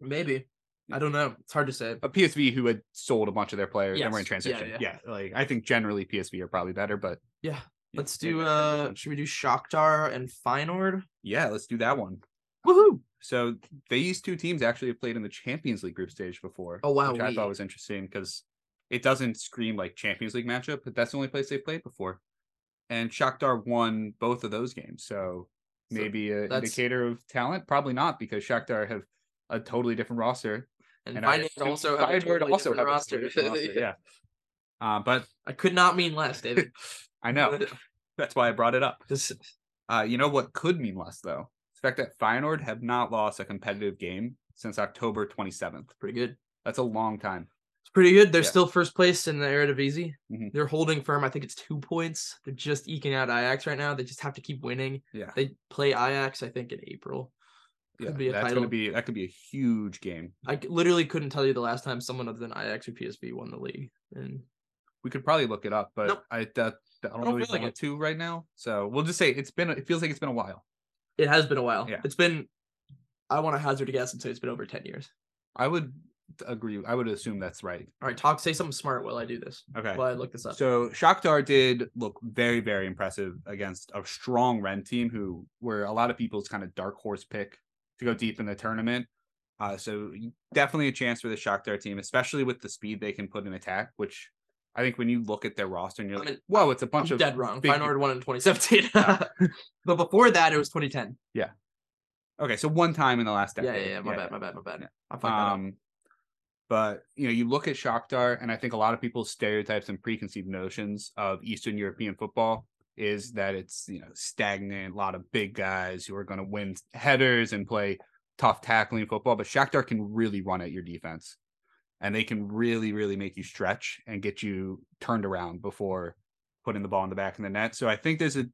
S1: Maybe I don't
S2: Mm-hmm.
S1: know. It's hard to say.
S2: A PSV who had sold a bunch of their players and were in
S1: Yes. Yeah,
S2: transition. Yeah, like I think generally PSV are probably better, but
S1: Yeah.
S2: Yeah,
S1: Let's
S2: maybe
S1: do.
S2: I
S1: uh
S2: should-
S1: Should we do Shakhtar and Feyenoord?
S2: yeah, let's do that one.
S1: Woohoo!
S2: So these two teams actually have played in the Champions League group stage before.
S1: Oh, wow,
S2: which I
S1: we-
S2: thought was interesting because it doesn't scream like Champions League matchup, but that's the only place they played before. And Shakhtar won both of those games, so
S1: So
S2: maybe an
S1: that's-
S2: indicator of talent. Probably not because Shakhtar have a totally different roster,
S1: And,
S2: I
S1: Feyenoord
S2: assume
S1: also have a
S2: Feyenoord
S1: totally
S2: also
S1: different
S2: have a
S1: roster.
S2: totally different
S1: (laughs)
S2: roster, yeah. Uh, but
S1: I could not mean less,
S2: (laughs)
S1: David.
S2: I know that's why I brought it up.
S1: (laughs) This-
S2: Uh, you know what could mean less though? The fact that Feyenoord have not lost a competitive game since October 27th.
S1: pretty good.
S2: That's a long time.
S1: It's pretty good. They're
S2: Yeah.
S1: still first place in the Eredivisie.
S2: Mhm.
S1: They're holding firm. I think it's two points. They're just eking out Ajax right now. They just have to keep winning.
S2: Yeah.
S1: They play Ajax, I think, in April. Could
S2: Yeah,
S1: be a
S2: that's
S1: title.
S2: gonna be that could be a huge game.
S1: I c- literally couldn't tell you the last time someone other than Ajax or PSV won the league. And
S2: We could probably look it up, but
S1: Nope.
S2: I that, that I don't, really
S1: feel like
S2: want to right now. So we'll just say it's been. It feels like it's been a while.
S1: it has been a while.
S2: Yeah.
S1: It's been, I want to hazard a guess and say it's been over 10 years.
S2: I would agree. I would assume that's right.
S1: All right, talk, say something smart while I do this,
S2: Okay.
S1: while I look this up.
S2: So Shakhtar did look very very impressive against a strong Ren team who were a lot of people's kind of dark horse pick to go deep in the tournament. Uh, so definitely a chance for the Shakhtar team, especially with the speed they can put in attack, which. I think when you look at their roster and you're
S1: I
S2: like,
S1: mean,
S2: whoa, it's a bunch
S1: I'm
S2: of
S1: dead wrong.
S2: big-
S1: Feyenoord won in 2017. (laughs) but before that, it was 2010.
S2: Okay, so one time in the last
S1: Yeah, yeah,
S2: decade.
S1: yeah. My bad, my bad, my bad.
S2: Yeah.
S1: I fucked that up.
S2: Um, but you know, you look at Shakhtar, and I think a lot of people's stereotypes and preconceived notions of Eastern European football is that it's you know stagnant, a lot of big guys who are going to win headers and play tough tackling football. But Shakhtar can really run at your defense, and they can really, really make you stretch and get you turned around before putting the ball in the back of the net. So I think there's a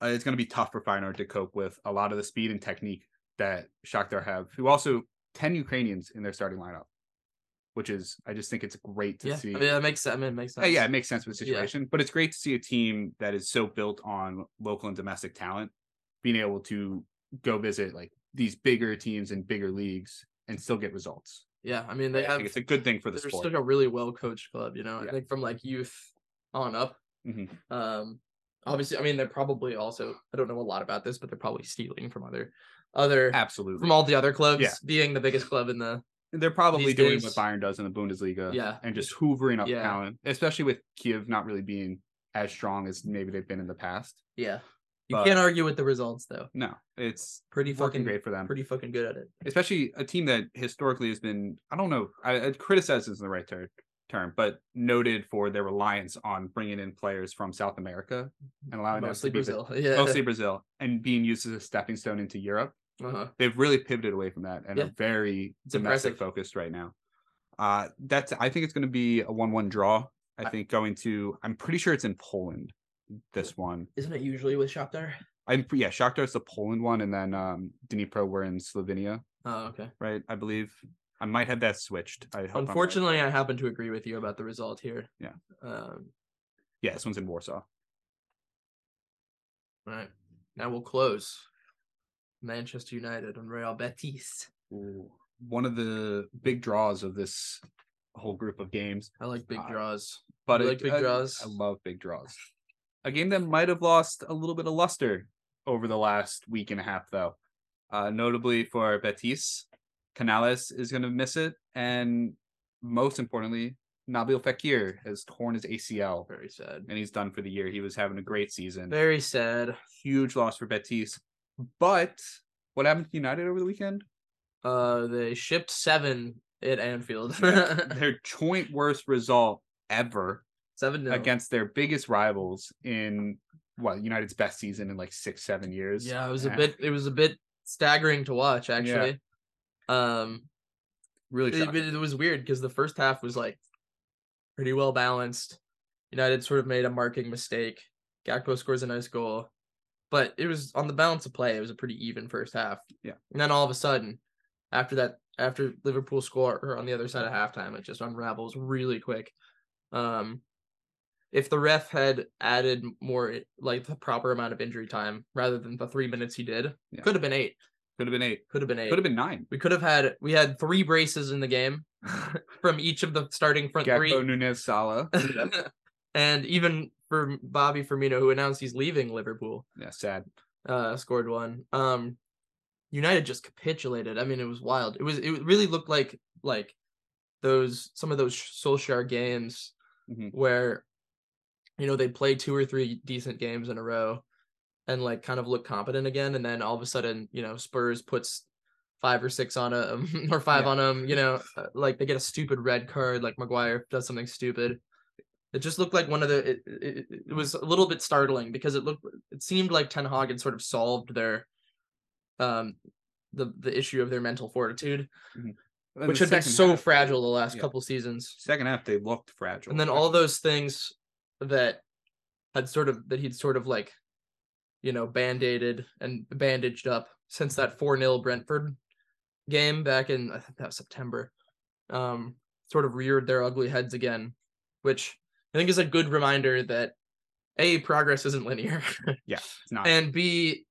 S2: uh, it's going to be tough for Feyenoord to cope with a lot of the speed and technique that Shakhtar have, who also 10 Ukrainians in their starting lineup, which is, I just think it's great to
S1: Yeah,
S2: see.
S1: I mean, that makes sense. I mean, it makes
S2: Uh,
S1: sense.
S2: yeah, it makes sense with the
S1: Yeah.
S2: situation, but it's great to see a team that is so built on local and domestic talent being able to go visit like these bigger teams in bigger leagues and still get results.
S1: Yeah, I mean, they
S2: I
S1: have.
S2: think it's a good thing for the
S1: they're
S2: sport.
S1: still a really well coached club, you know.
S2: Yeah.
S1: I think from like youth on up.
S2: Mhm.
S1: Um, obviously, I mean, they're probably also. I don't know a lot about this, but they're probably stealing from other, other
S2: Absolutely.
S1: from all the other clubs.
S2: Yeah.
S1: Being the biggest club in the
S2: They're probably
S1: these
S2: doing
S1: days-
S2: what Bayern does in the Bundesliga.
S1: Yeah.
S2: And just hoovering up
S1: Yeah.
S2: talent, especially with Kiev not really being as strong as maybe they've been in the past.
S1: yeah. You
S2: But-
S1: can't argue with the results though.
S2: No, it's
S1: Pretty
S2: working
S1: fucking
S2: great for them.
S1: Pretty fucking good at it.
S2: especially a team that historically has been I don't know I, I criticize isn't the right ter- term, but noted for their reliance on bringing in players from South America and allowing them
S1: Mostly
S2: to be the-
S1: Brazil. (laughs) Yeah.
S2: mostly Brazil, and being used as a stepping stone into Europe.
S1: Uh-huh.
S2: They've really pivoted away from that and are
S1: Yeah.
S2: very
S1: It's
S2: domestic
S1: impressive.
S2: focused right now. Uh, that's I think it's going to be a one-one draw. I
S1: I-
S2: think going to I'm pretty sure it's in Poland. This one,
S1: Isn't it usually with Shakhtar?
S2: I'm pre- yeah. Shakhtar's the Poland one, and then um, Dnipro were in Slovenia
S1: Oh, okay.
S2: right? I believe I might have that switched. I hope I'm right.
S1: Unfortunately, I happen to agree with you about the result here.
S2: Yeah.
S1: Um,
S2: yeah, this one's in Warsaw.
S1: All right. Now we'll close. Manchester United and Real Betis.
S2: One of the big draws of this a whole group of games.
S1: I like big
S2: Uh,
S1: draws.
S2: But
S1: You
S2: it-
S1: like big
S2: I-
S1: draws?
S2: I love big draws. A game that might have lost a little bit of luster over the last week and a half, though. Uh, notably for Betis, Canales is going to miss it, and most importantly, Nabil Fekir has torn his ACL
S1: Very sad.
S2: and he's done for the year. He was having a great season.
S1: Very sad.
S2: Huge loss for Betis. But what happened to United over
S1: (laughs)
S2: the weekend?
S1: Uh, they shipped seven at Anfield.
S2: Their joint worst result ever
S1: (laughs) seven nil.
S2: against their biggest rivals in what United's best season in like six, seven years.
S1: Yeah, it was a
S2: Eh,
S1: bit. It was a bit staggering to watch, actually. Um,
S2: really
S1: it,
S2: shocking.
S1: it was weird because the first half was like pretty well balanced. United sort of made a marking mistake. Gakpo scores a nice goal, but it was on the balance of play. It was a pretty even first half.
S2: Yeah.
S1: and then all of a sudden, after that, after Liverpool score on the other side of halftime, it just unravels really quick. Um, if the ref had added more like the proper amount of injury time rather than the three minutes he did,
S2: Yeah.
S1: could have been eight.
S2: Could have been eight.
S1: Could have been eight.
S2: Could have been nine.
S1: We could have had we had three braces in the game from each of the starting front
S2: Gakpo,
S1: (laughs)
S2: Nunez, Salah.
S1: three, and even for Bobby Firmino, who announced he's leaving Liverpool,
S2: yeah, sad.
S1: uh, scored one. Um, United just capitulated. I mean, it was wild. It was it really looked like like those some of those Solskjaer games
S2: Mhm.
S1: where you know they play two or three decent games in a row and like kind of look competent again and then all of a sudden you know spurs puts five or six on them (laughs) or five
S2: Yeah.
S1: on them you know uh, like they get a stupid red card like maguire does something stupid it just looked like one of the it, it, it- it was a little bit startling because it looked it seemed like ten hog had sort of solved their um the the issue of their mental fortitude
S2: And
S1: which
S2: the
S1: had been
S2: second
S1: so
S2: half-
S1: fragile the last
S2: Yeah.
S1: couple seasons
S2: Second half, they looked fragile.
S1: and then all those things that had sort of that he'd sort of like you know band-aided and bandaged up since that 4-0 brentford game back in i think that was september um sort of reared their ugly heads again which i think is a good reminder that a progress isn't linear
S2: It's not.
S1: and b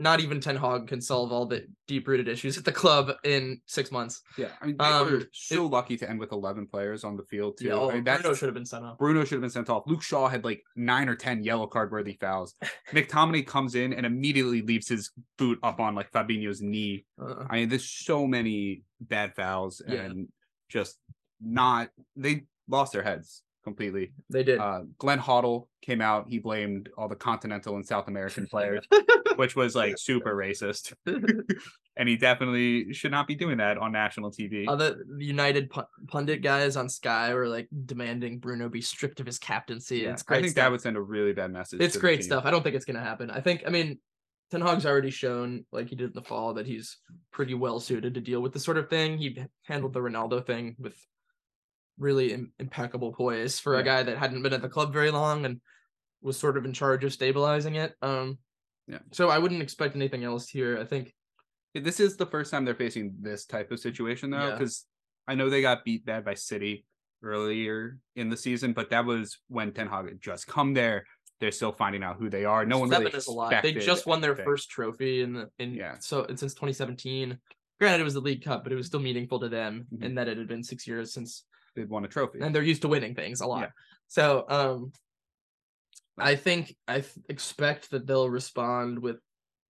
S1: not even ten hog can solve all the deep-rooted issues at the club in six months
S2: yeah, I mean, they
S1: um,
S2: were so lucky to end with 11 players on the field, too.
S1: yeah oh,
S2: I mean, that's-
S1: Bruno should have been sent off
S2: Bruno should have been sent off. Luke Shaw had like nine or ten yellow card worthy
S1: (laughs)
S2: fouls. McTominay comes in and immediately leaves his boot up on like Fabinho's knee.
S1: Uh,
S2: I mean, there's so many bad fouls
S1: Yeah.
S2: and just not they lost their heads completely.
S1: they did
S2: Uh Glenn Hoddle came out, he blamed all the continental and South American
S1: (laughs)
S2: players, which was like super racist. (laughs) and he definitely should not be doing that on national TV.
S1: other the United pun- pundit guys on Sky were like demanding Bruno be stripped of his captaincy.
S2: Yeah,
S1: It's
S2: I
S1: great.
S2: think
S1: stuff.
S2: that would send a really bad message.
S1: it's
S2: to the
S1: great
S2: team.
S1: stuff. I don't think it's gonna happen. I think I mean Ten Hag's already shown, like he did in the fall, that he's pretty well suited to deal with this sort of thing. He handled the Ronaldo thing with really Im- impeccable poise for
S2: Yeah.
S1: a guy that hadn't been at the club very long and was sort of in charge of stabilizing it. Um,
S2: Yeah.
S1: So I wouldn't expect anything else here. I think
S2: This is the first time they're facing this type of situation though,
S1: Yeah.
S2: because I know they got beat bad by City earlier in the season, but that was when Ten Hag had just come there. They're still finding out who they are. No one
S1: seven
S2: really
S1: is a lot. They
S2: expected
S1: just won their
S2: anything.
S1: first trophy in the in
S2: Yeah.
S1: so and since 2017. Granted, it was the League Cup, but it was still meaningful to them
S2: Mhm.
S1: in that it had been six years since,
S2: They'd won a trophy.
S1: and they're used to winning things a lot.
S2: Yeah.
S1: So, um, I think I th- expect that they'll respond with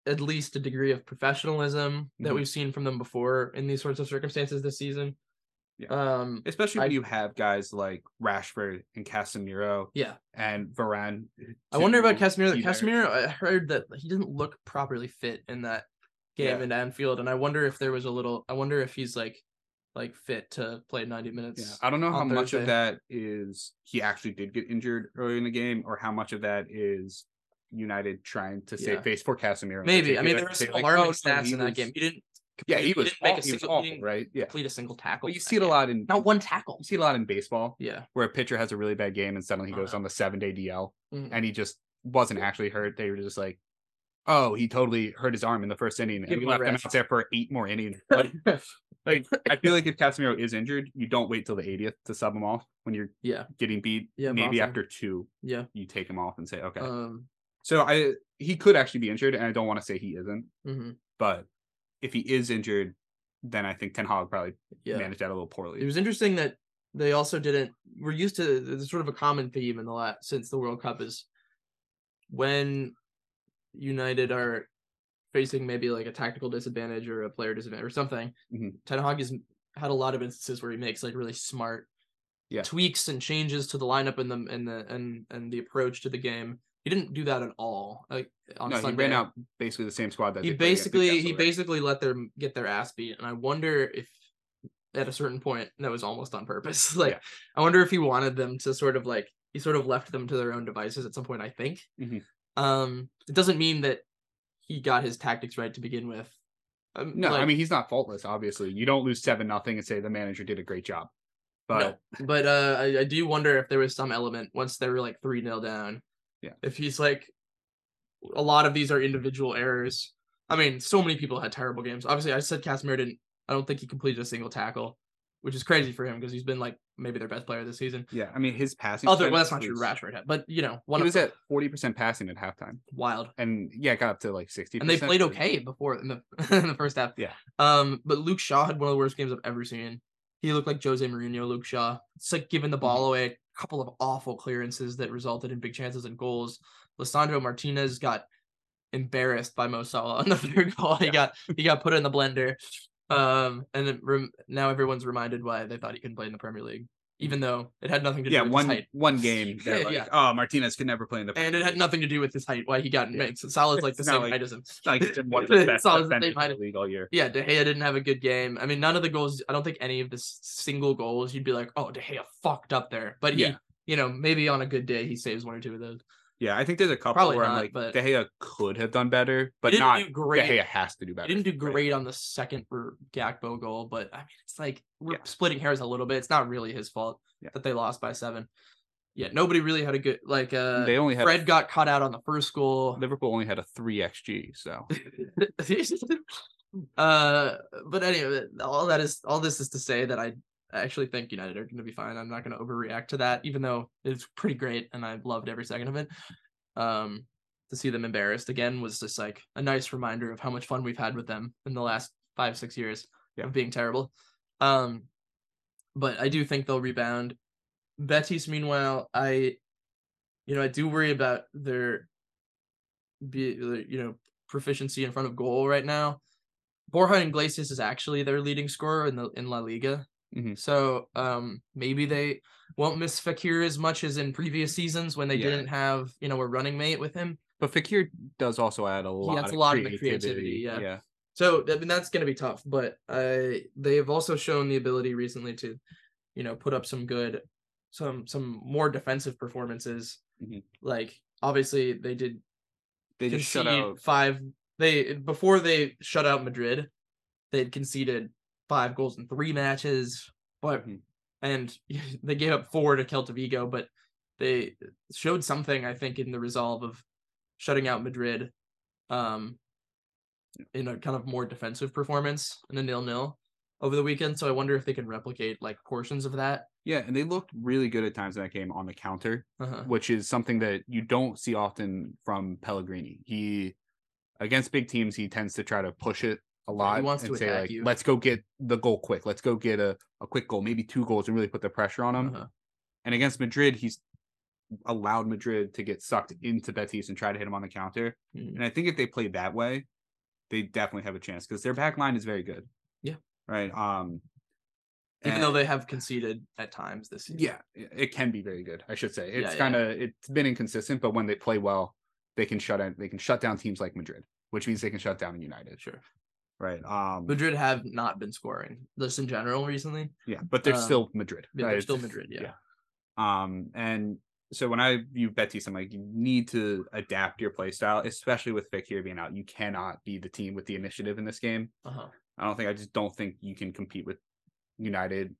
S1: at least a degree of professionalism that
S2: Mhm.
S1: we've seen from them before in these sorts of circumstances this season.
S2: Yeah.
S1: Um,
S2: Especially when
S1: I-
S2: you have guys like Rashford and Casemiro
S1: yeah.
S2: and Varane.
S1: I wonder about
S2: to
S1: Casemiro.
S2: be there.
S1: Casemiro, I heard that he didn't look properly fit in that game
S2: Yeah.
S1: in Anfield, and I wonder if there was a little. I wonder if he's like, like fit to play ninety
S2: Yeah,
S1: minutes.
S2: I don't know how
S1: on
S2: much
S1: Thursday.
S2: of that is he actually did get injured early in the game, or how much of that is United trying to save
S1: Yeah.
S2: face for Casemiro. in
S1: Maybe. I mean,
S2: particular,
S1: there were
S2: to
S1: some
S2: say, like,
S1: alarming
S2: oh, no,
S1: stats
S2: he
S1: in that
S2: was-
S1: game. He didn't.
S2: Yeah,
S1: complete-
S2: he was.
S1: didn't make
S2: aw-
S1: a
S2: he was
S1: single. he
S2: awful,
S1: didn't
S2: right? Yeah.
S1: complete a single tackle.
S2: Well, you
S1: in
S2: see
S1: that
S2: it a
S1: game.
S2: lot in
S1: Not one tackle.
S2: you see a lot in baseball
S1: Yeah.
S2: where a pitcher has a really bad game and suddenly he
S1: Oh,
S2: goes
S1: no.
S2: on the seven day DL
S1: Mhm.
S2: and he just wasn't actually hurt. They were just like, oh, he totally hurt his arm in the first inning,
S1: Give
S2: and we
S1: him a
S2: left him
S1: rest.
S2: out there for eight more innings.
S1: (laughs)
S2: Like, like, I feel like if Casemiro is injured, you don't wait till the 80th to sub him off when you're
S1: Yeah.
S2: getting beat.
S1: Yeah,
S2: maybe
S1: Bonfim.
S2: after two,
S1: Yeah.
S2: you take him off and say, okay.
S1: Um.
S2: so I he could actually be injured, and I don't want to say he isn't,
S1: mhm,
S2: but if he is injured, then I think Ten Hag probably
S1: Yeah.
S2: managed that a little
S1: It
S2: poorly.
S1: was interesting that they also didn't we're used to there's sort of a common theme in the last since the world cup is when united are facing maybe like a tactical disadvantage or a player disadvantage or something
S2: Mhm.
S1: ten hag has had a lot of instances where he makes like really smart
S2: Yeah.
S1: tweaks and changes to the lineup and the and the and and the approach to the game he didn't do that at all like on
S2: no, he
S1: Sunday
S2: ran out basically the same squad that
S1: he
S2: they played against
S1: basically he
S2: Newcastle, right?
S1: basically let them get their ass beat and i wonder if at a certain point that was almost on purpose (laughs) like
S2: Yeah.
S1: i wonder if he wanted them to sort of like he sort of left them to their own devices at some point i think
S2: Mhm.
S1: um it doesn't mean that he got his tactics right to begin with um,
S2: No, I
S1: like,
S2: mean he's not faultless. Obviously, you don't lose seven nothing and say the manager did a great job. But
S1: no. but uh I, I do wonder if there was some element once they were like three nil down
S2: Yeah.
S1: if he's like a lot of these are individual errors i mean so many people had terrible games obviously i said casimir didn't i don't think he completed a single tackle which is crazy for him because he's been like maybe their best player this season
S2: yeah, I mean his passing.
S1: other well
S2: percentage
S1: that's not true rashford
S2: was-
S1: had but you know one
S2: He
S1: of
S2: was at forty percent passing at halftime,
S1: wild
S2: and yeah, it got up to like sixty.
S1: and they played okay before in the in the (laughs) first half
S2: Yeah.
S1: um but luke shaw had one of the worst games i've ever seen he looked like Jose Mourinho, Luke Shaw. It's like giving the
S2: Mm-hmm.
S1: ball away. A couple of awful clearances that resulted in big chances and goals. Lissandro Martinez got embarrassed by Mo Salah on (laughs) the third goal. He
S2: Yeah.
S1: got he got put in the
S2: (laughs)
S1: blender. Um, and then rem- now everyone's reminded why they thought he couldn't play in the Premier League, even though it had nothing to do
S2: (laughs) Mm-hmm. Yeah,
S1: with his
S2: one
S1: height. (laughs)
S2: one game. They're
S1: Yeah,
S2: like,
S1: yeah.
S2: oh, Martinez could never play in the.
S1: And it had nothing to do with his height. Why he got
S2: Yeah.
S1: made. So Salah's
S2: (laughs)
S1: like the
S2: It's not
S1: same
S2: like-
S1: height as him. (laughs)
S2: Like he's been one of the best
S1: Salah was the
S2: defenders
S1: same height
S2: in the league all year.
S1: yeah, De Gea didn't have a good game. I mean, none of the goals. I don't think any of the s- single goals you'd be like, "Oh, De Gea fucked up there." But he,
S2: Yeah.
S1: you know, maybe on a good day he saves one or two of those.
S2: Yeah, I think there's a couple
S1: Probably
S2: where
S1: not,
S2: I'm like,
S1: but-
S2: De Gea could have done better,
S1: He
S2: but
S1: didn't
S2: not
S1: do
S2: De
S1: great.
S2: Gea has to do better.
S1: He didn't do
S2: right?
S1: great on the second for Gakpo goal, but I mean, it's like we're
S2: Yeah.
S1: splitting hairs a little bit. It's not really his fault
S2: Yeah.
S1: that they lost by seven. Yeah, nobody really had a good like. uh
S2: They only had
S1: Fred got caught out on the first goal.
S2: Liverpool only had a three xg. So
S1: (laughs) uh but anyway all that is all this is to say that i actually think united are going to be fine i'm not going to overreact to that even though it's pretty great and i loved every second of it um to see them embarrassed again was just like a nice reminder of how much fun we've had with them in the last five six years
S2: Yeah.
S1: of being terrible um but i do think they'll rebound betis meanwhile i you know i do worry about their be their, you know proficiency in front of goal right now. Borja Iglesias is actually their leading scorer in the in La Liga.
S2: Mhm.
S1: So um maybe they won't miss Fakir as much as in previous seasons when they
S2: Yeah.
S1: didn't have, you know, a running mate with him.
S2: But Fakir does also add a lot.
S1: adds
S2: of
S1: a lot of the
S2: creativity.
S1: creativity, yeah.
S2: yeah.
S1: So I mean that's gonna be tough, but uh they have also shown the ability recently to, you know, put up some good some some more defensive performances.
S2: Mhm.
S1: Like obviously they did
S2: They just shut
S1: concede
S2: out.
S1: five. They before they shut out Madrid, they'd conceded five goals in three matches, but
S2: Mhm.
S1: and (laughs) they gave up four to Celta Vigo, but they showed something I think in the resolve of shutting out Madrid, um, in a kind of more defensive performance in a nil nil over the weekend. So I wonder if they can replicate like portions of that.
S2: Yeah, and they looked really good at times in that game on the counter,
S1: Uh-huh.
S2: which is something that you don't see often from Pellegrini. He against big teams, he tends to try to push it a lot
S1: wants to
S2: and say
S1: attack
S2: like,
S1: you.
S2: "Let's go get the goal quick. Let's go get a, a quick goal, maybe two goals, and really put the pressure on him."
S1: Uh-huh.
S2: And against Madrid, he's allowed Madrid to get sucked into Betis and try to hit him on the counter.
S1: Mhm.
S2: And I think if they play that way, they definitely have a chance because their back line is very good.
S1: Yeah.
S2: Right. Um.
S1: Even though
S2: and-
S1: they have conceded at times this season.
S2: yeah, it it can be very good. I should say
S1: Yeah,
S2: it's
S1: yeah.
S2: kind of it's been inconsistent, but when they play well, they can shut out they can shut down teams like Madrid, which means they can shut down United,
S1: sure.
S2: right? Um,
S1: Madrid have not been scoring just in general recently.
S2: yeah, but they're
S1: um,
S2: still Madrid.
S1: Yeah, they're
S2: right?
S1: still Madrid. Yeah.
S2: yeah. Um, and so when I view Betis, I'm like, you need to adapt your play style, especially with Fekir being out. You cannot be the team with the initiative in this game.
S1: Uh-huh.
S2: I don't think I just don't think you can compete with United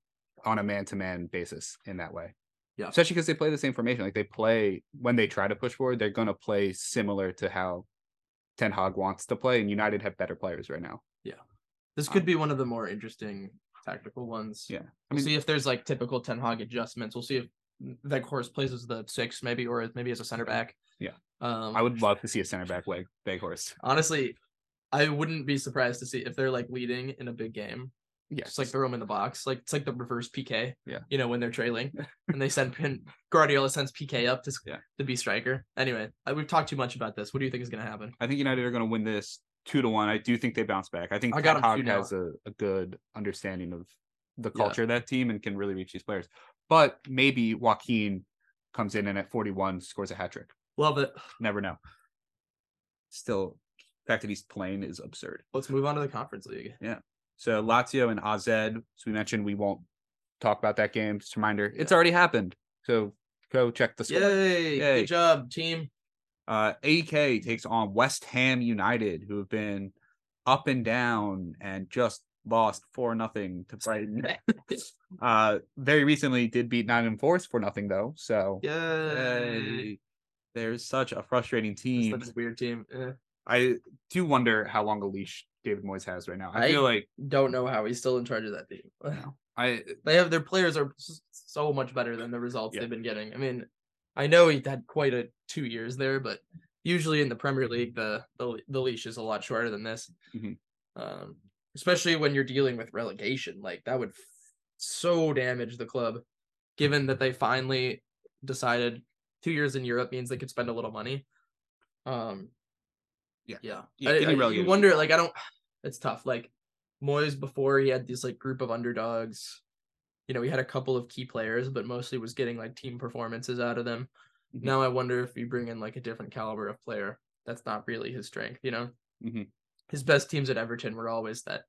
S2: on a man to man basis in that way.
S1: Yeah.
S2: Especially because they play the same formation. Like they play when they try to push forward, they're gonna play similar to how Ten Hog wants to play, and United have better players right now.
S1: This could
S2: Um,
S1: be one of the more interesting tactical ones.
S2: Yeah. I
S1: We'll
S2: mean-
S1: see if there's like typical Ten Hag adjustments. We'll see if Veghorst plays as the six, maybe, or as- maybe as a center back.
S2: Yeah.
S1: Um,
S2: I would love to see a center back leg big horse.
S1: honestly, I wouldn't be surprised to see if they're like leading in a big game.
S2: Yeah,
S1: Just like throw them in the box. Like it's like the reverse PK.
S2: Yeah.
S1: You know when they're
S2: (laughs)
S1: trailing, and they send pin. Guardiola sends PK up to s-
S2: Yeah.
S1: to be striker. Anyway, I, we've talked too much about this. What do you think is gonna happen?
S2: I think United are going to win this two to one. I do think they bounce back. I think
S1: I got 'em
S2: Ten Hag
S1: two now.
S2: has a, a good understanding of the
S1: Yeah.
S2: culture of that team and can really reach these players. But maybe Joaquin comes in and at 41 scores a hat trick.
S1: Love it.
S2: Never know. Still, the fact that he's playing is absurd.
S1: Let's move on to the Conference League.
S2: So Lazio and AZ, as we mentioned, we won't talk about that game. Just a reminder, it's already happened. So go check the score.
S1: Yay!
S2: Yay.
S1: Good job, team.
S2: Uh, AK takes on West Ham United, who have been up and down and just lost four nothing
S1: (laughs)
S2: to Brighton. (laughs) uh, very recently did beat Nottingham Forest for nothing though. So
S1: Yay!
S2: Yay. there's such a frustrating
S1: It's
S2: team.
S1: Such a weird team. Eh.
S2: I do wonder how long a leash David Moyes has right now. I,
S1: I-
S2: feel like
S1: Don't know how he's still in charge of that team.
S2: I
S1: they have their players are s- so much better than the results
S2: Yeah.
S1: they've been getting. I mean, I know he had quite a two years there, but usually in the Premier League, the the, the leash is a lot shorter than this.
S2: Mhm.
S1: Um, especially when you're dealing with relegation, like that would f- so damage the club. Given that they finally decided two years in Europe means they could spend a little money. Um,
S2: Yeah.
S1: yeah.
S2: Yeah,
S1: I-
S2: getting
S1: I- you
S2: relegated.
S1: wonder, like, I don't. It's tough. Like Moyes before, he had this like group of underdogs. You know, he had a couple of key players, but mostly was getting like team performances out of them.
S2: Mhm.
S1: Now I wonder if you bring in like a different caliber of player. That's not really his strength. You know,
S2: Mhm.
S1: his best teams at Everton were always that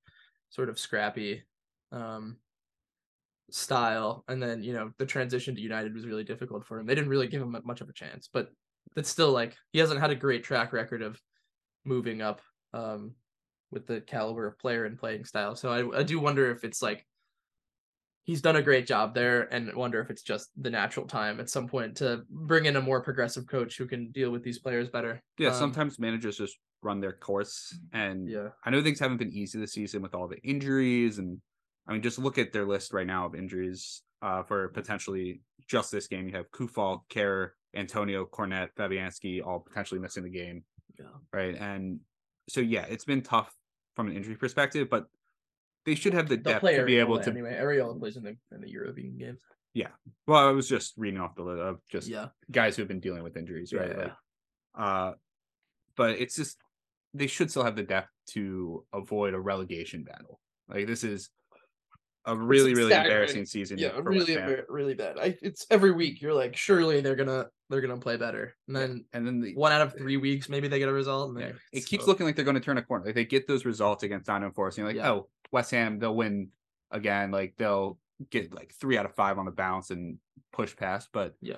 S1: sort of scrappy. Um, style and then you know the transition to united was really difficult for him they didn't really give him much of a chance but that's still like he hasn't had a great track record of moving up um with the caliber of player and playing style so i, I do wonder if it's like he's done a great job there and wonder if it's just the natural time at some point to bring in a more progressive coach who can deal with these players better
S2: yeah.
S1: Um,
S2: sometimes managers just run their course, and
S1: yeah
S2: I know things haven't been easy this season with all the injuries, and I mean, just look at their list right now of injuries uh, for potentially just this game. You have Kufal, Kerr, Antonio, Cornet, Fabianski, all potentially missing the game,
S1: yeah
S2: right? And so, yeah, it's been tough from an injury perspective, but they should have the
S1: the
S2: depth
S1: player
S2: to be able to.
S1: anyway Ariola plays in the in the european games
S2: Well, I was just reading off the list of just
S1: yeah
S2: guys who have been dealing with injuries, right?
S1: Yeah.
S2: Like, uh, but it's just they should still have the depth to avoid a relegation battle. Like this is a really, really
S1: staggering.
S2: embarrassing season.
S1: yeah
S2: for West
S1: really
S2: Ham.
S1: embar- really bad I, it's every week you're like surely they're gonna they're gonna play better and
S2: Yeah.
S1: then
S2: and then the,
S1: one out of three weeks maybe they get a result and
S2: yeah,
S1: then
S2: it
S1: it's
S2: keeps
S1: over.
S2: looking like they're going to turn a corner. Like they get those results against Nottingham Forest, and you're like,
S1: Yeah.
S2: oh, West Ham, they'll win again. Like they'll get like three out of five on the bounce and push past. But
S1: Yeah.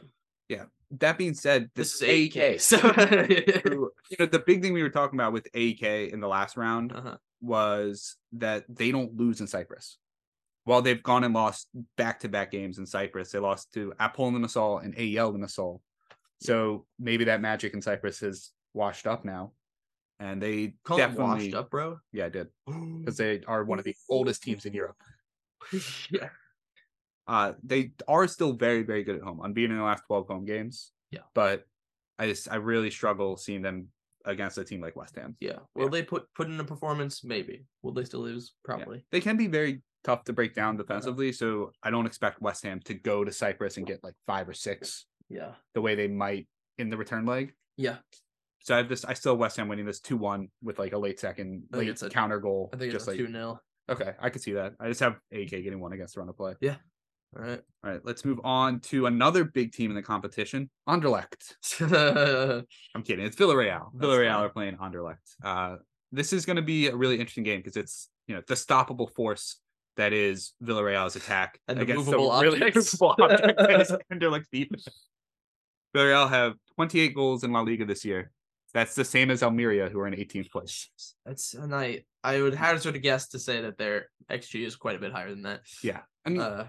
S2: yeah. That being said,
S1: this,
S2: this,
S1: is AK. (laughs)
S2: AK.
S1: So
S2: who- (laughs) you know, the big thing we were talking about with AEK in the last round
S1: Uh-huh.
S2: was that they don't lose in Cyprus. While they've gone and lost back to back games in Cyprus, they lost to Apollon Limassol and AEL Limassol. So maybe that magic in Cyprus has washed up now. And they
S1: Call it
S2: definitely,
S1: washed up, bro.
S2: yeah, I did because they are one
S1: (laughs)
S2: of the oldest teams in Europe.
S1: yeah.
S2: Uh, they are still very, very good at home. Unbeaten in the last twelve home games.
S1: Yeah.
S2: but I just I really struggle seeing them against a team like West Ham.
S1: Yeah. Will they put put in a performance? Maybe. Will they still lose? Probably.
S2: they can be very tough to break down defensively. So I don't expect West Ham to go to Cyprus and get like five or six
S1: Yeah.
S2: the way they might in the return leg.
S1: Yeah.
S2: So I have this. I still have West Ham winning this two one with like a late second,
S1: I think
S2: late
S1: it's a-
S2: counter goal.
S1: I think it's
S2: just
S1: a
S2: like
S1: two 0
S2: okay, I could see that. I just have AK getting one against the run of play.
S1: All (laughs) right.
S2: All right, let's move on to another big team in the competition, Anderlecht. I'm kidding. It's Villarreal.
S1: That's
S2: Villarreal
S1: fine.
S2: are playing Anderlecht. Uh, this is going to be a really interesting game because it's you know the stoppable force that is Villarreal's attack
S1: And the
S2: against
S1: movable
S2: really
S1: objects.
S2: movable
S1: (laughs)
S2: object that is Anderlecht's defense. Villarreal have 28 goals in La Liga this year. That's the same as Almeria, who are in 18th place.
S1: That's a night. I would hazard a guess to say that their XG is quite a bit higher than that.
S2: Yeah, I mean
S1: Uh,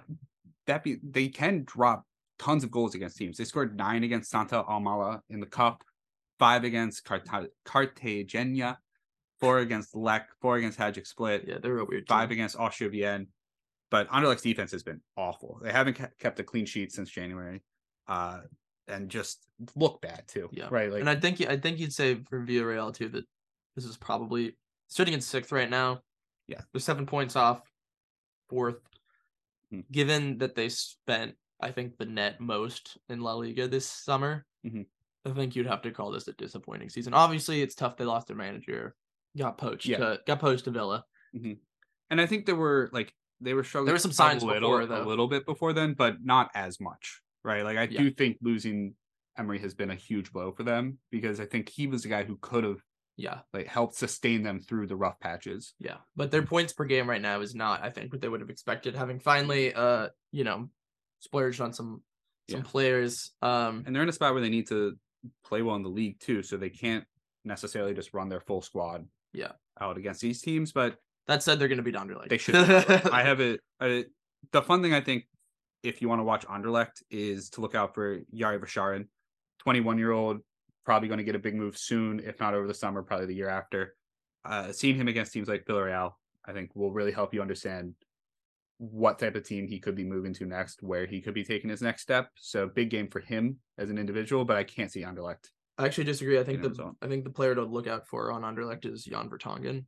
S2: that be they can drop tons of goals against teams. They scored nine against Santa Almala in the cup, five against Carta- Cartagena, four against Lech, four against Hajduk Split.
S1: yeah, they're a weird.
S2: five
S1: team.
S2: against Austria Vienna. But Anderlecht's defense has been awful. They haven't ke- kept a clean sheet since January, uh, and just look bad too.
S1: Yeah.
S2: right. Like
S1: And I think I think you'd say for Villarreal too that this is probably sitting in sixth right now.
S2: Yeah.
S1: they're seven points off fourth,
S2: Hmm.
S1: given that they spent, I think, the net most in La Liga this summer.
S2: Mhm.
S1: I think you'd have to call this a disappointing season. Obviously, it's tough. They lost their manager, got poached,
S2: Yeah.
S1: to, got poached to Villa.
S2: And I think there were like they were struggling.
S1: There were some
S2: a
S1: signs
S2: little,
S1: before,
S2: a
S1: though.
S2: little bit before then, but not as much, right? Like I
S1: Yeah.
S2: do think losing Emery has been a huge blow for them because I think he was the guy who could have
S1: Yeah,
S2: like helped sustain them through the rough patches.
S1: yeah. But
S2: Mm-hmm.
S1: their points per game right now is not, I think, what they would have expected. Having finally, uh, you know, splurged on some some
S2: Yeah.
S1: players. Um,
S2: And they're in a spot where they need to play well in the league too, so they can't necessarily just run their full squad.
S1: Yeah.
S2: Out against these teams, but
S1: that said, they're going to beat Anderlecht. (laughs)
S2: They should. I have it. I, the fun thing I think, if you want to watch Anderlecht, is to look out for Yari Vasharin, 21 year old, probably going to get a big move soon, if not over the summer, probably the year after. Uh, seeing him against teams like Villarreal, I think will really help you understand what type of team he could be moving to next, where he could be taking his next step. So big game for him as an individual, but I can't see Anderlecht.
S1: I actually disagree. I think
S2: Getting
S1: the
S2: results.
S1: I think the player to look out for on Anderlecht is Jan Vertonghen.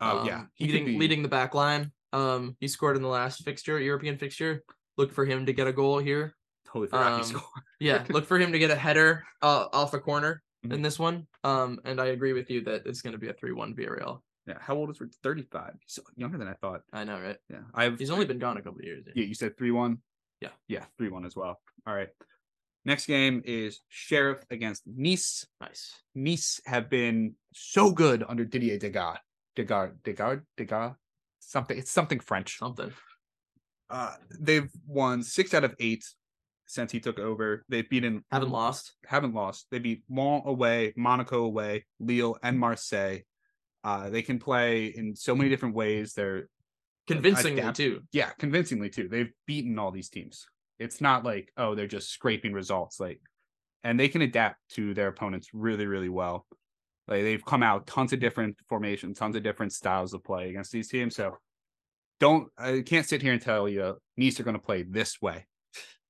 S2: Oh
S1: Um,
S2: yeah, could
S1: leading
S2: be-
S1: leading the back line. Um, he scored in the last fixture, European fixture. Look for him to get a goal here.
S2: Totally forgot he
S1: um,
S2: scored. (laughs)
S1: Yeah, look for him to get a header uh, off a corner in
S2: Mhm.
S1: this one. Um, and I agree with you that it's going to be a three-one VRL.
S2: Yeah, how old is he? 35. He's younger than I thought.
S1: I know, right?
S2: Yeah, I've
S1: He's only been gone a couple of years.
S2: Yeah, you said 3 1?
S1: Yeah.
S2: Yeah, 3 1 as well. All right. Next game is Sheriff against Nice.
S1: Nice.
S2: Nice have been so good under Didier Degas. Degas, Degas, Degas, something. It's something French.
S1: Something.
S2: Uh, they've won six out of eight since he took over. They've beaten,
S1: Haven't lost.
S2: haven't lost. They beat Mont away, Monaco away, Lille, and Marseille. Uh, they can play in so many different ways. They're
S1: Convincingly
S2: adapt-
S1: too.
S2: yeah, convincingly too. They've beaten all these teams. It's not like oh they're just scraping results like, and they can adapt to their opponents really really well. Like they've come out tons of different formations, tons of different styles of play against these teams. So don't I can't sit here and tell you Nice are going to play this way,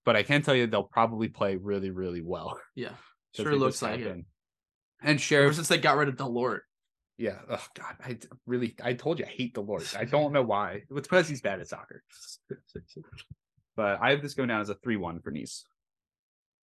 S2: but I can tell you they'll probably play really really well.
S1: Yeah.
S2: (laughs) 'Cause
S1: Sure
S2: they
S1: looks
S2: just
S1: like
S2: have
S1: it.
S2: been. And
S1: Ever
S2: Sheriff,
S1: since they got rid of Delort.
S2: yeah. Oh God, I d- really I told you I hate the Lord.
S1: (laughs)
S2: I don't know why. It's because he's bad at soccer. But I have this going down as a three-one for Nice.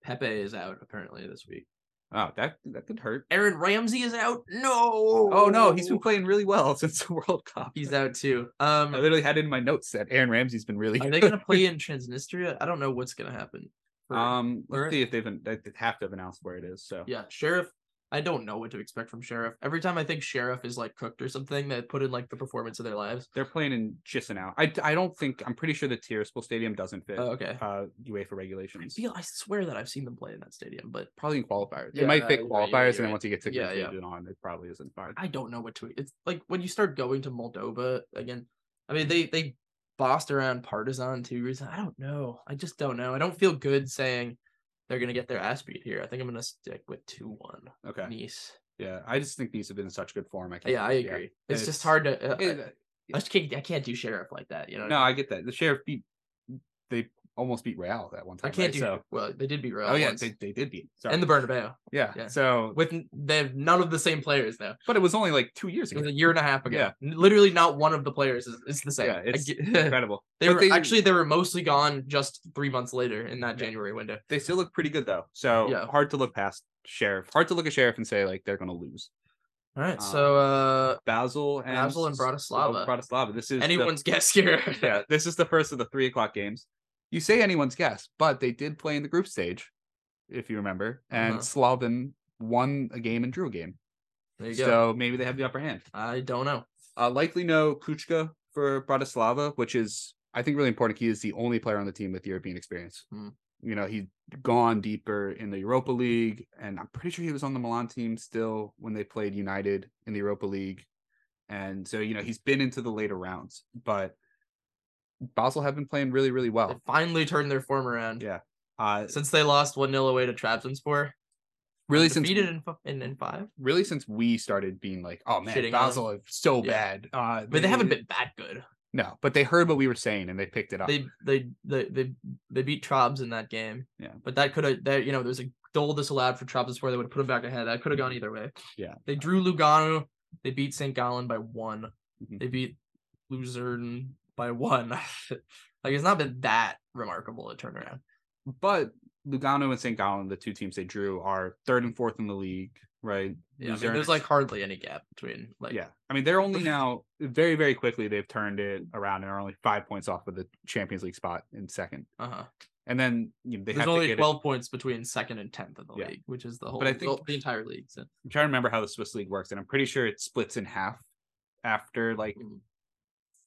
S1: Pepe is out apparently this week.
S2: Oh, that that could hurt.
S1: Aaron Ramsey is out. No.
S2: Oh no, he's been playing really well (laughs) since the World Cup.
S1: He's out too. Um,
S2: I
S1: are
S2: literally had it in my notes that Aaron Ramsey's been really
S1: they
S2: good.
S1: gonna play in Transnistria? I don't know what's gonna happen. for-
S2: um,
S1: Alright.
S2: let's see if they've been, they have to have announced where it is. So
S1: yeah, Sheriff. I don't know what to expect from Sheriff. Every time I think Sheriff is like cooked or something, they put in like the performance of their lives.
S2: they're playing in Chisinau. I I don't think I'm pretty sure the Tiraspol Stadium doesn't fit
S1: Oh, okay.
S2: uh UEFA
S1: I
S2: regulations.
S1: feel I swear that I've seen them play in that stadium, but
S2: Probably in qualifiers.
S1: Yeah,
S2: it might fit
S1: you're
S2: qualifiers,
S1: right, you're right,
S2: and
S1: you're
S2: then
S1: right.
S2: once you get to
S1: Yeah, yeah.
S2: conclusion on, it probably isn't fine.
S1: I don't know what to. It's like when you start going to Moldova again. I mean, they they bossed around Partizan too. recent- I don't know. I just don't know. I don't feel good saying they're gonna get their ass beat here. I think I'm gonna stick with two one
S2: Okay.
S1: Nice.
S2: Yeah, I just think Nice have been in such good form. I can't,
S1: Yeah, I agree. It's,
S2: It's-
S1: just hard to. Uh,
S2: Yeah,
S1: I, I just can't. I can't do sheriff like that. You know.
S2: no, I get that. The sheriff beat. They almost beat Real that one time.
S1: I can't
S2: right?
S1: do.
S2: So,
S1: well, they did beat Real.
S2: oh yeah,
S1: once.
S2: they, they did beat. Sorry.
S1: and the Bernabeu
S2: Yeah.
S1: Yeah.
S2: So,
S1: with n- they have none of the same players though.
S2: but it was only like two years
S1: It was
S2: ago.
S1: a year and a half ago. N- Literally, not one of the players is, is the same.
S2: Yeah,
S1: I
S2: it's
S1: get- (laughs)
S2: incredible.
S1: they
S2: But
S1: were
S2: they-
S1: actually they were mostly gone just three months later in that
S2: Yeah.
S1: January window.
S2: They still look pretty good though. So
S1: Yeah.
S2: hard to look past Sheriff. Hard to look at Sheriff and say like they're gonna lose.
S1: All right,
S2: Um,
S1: so uh,
S2: Basel and oh,
S1: Basel and Bratislava.
S2: Bratislava. This is the-
S1: anyone's (laughs) guess here.
S2: (laughs) yeah. This is the first of the three o'clock games. You say anyone's guess, but they did play in the group stage, if you remember, and
S1: Uh-huh.
S2: Slaven won a game and drew a game.
S1: there you go.
S2: So maybe they have the upper hand.
S1: I don't know.
S2: Uh, likely no Kuchka for Bratislava, which is I think really important. He is the only player on the team with European experience.
S1: Hmm.
S2: You know, he's gone deeper in the Europa League, and I'm pretty sure he was on the Milan team still when they played United in the Europa League. And so, you know, he's been into the later rounds, but Basel have been playing really, really
S1: They
S2: well.
S1: finally turned their form around
S2: oh. Yeah. Uh,
S1: since they lost one 0 away to Trabzonspor.
S2: really since
S1: Defeated in, fi- in in five,
S2: really since we started being like, oh man,
S1: Shitting on
S2: Basel is so
S1: Yeah.
S2: bad. Uh,
S1: but they haven't been that good.
S2: No, but they heard what we were saying and they picked it up.
S1: they they they they they beat Trobs in that game.
S2: Yeah.
S1: But that could have that you know there's a goal disallowed for Trobs before they would have put him back ahead. That could have gone either way.
S2: Mm-hmm. Yeah.
S1: They drew Lugano. They beat St. Gallen by one.
S2: Mhm.
S1: They beat Luzerne by one. (laughs) like it's not been that remarkable a turnaround.
S2: But Lugano and St. Gallen, the two teams they drew, are third and fourth in the league, right?
S1: Yeah, I mean,
S2: Luzerne
S1: there's
S2: is-
S1: like hardly any gap between like
S2: yeah. I mean, they're only now very, very quickly they've turned it around and are only five points off of the Champions League spot in second.
S1: uh huh.
S2: And then you know, they
S1: There's
S2: have to
S1: only
S2: get it-
S1: 12 points between second and 10th in the
S2: Yeah.
S1: league, which is the whole,
S2: I
S1: the
S2: think-
S1: whole- the entire league. So.
S2: I'm trying to remember how the Swiss league works, and I'm pretty sure it splits in half after like
S1: Mm.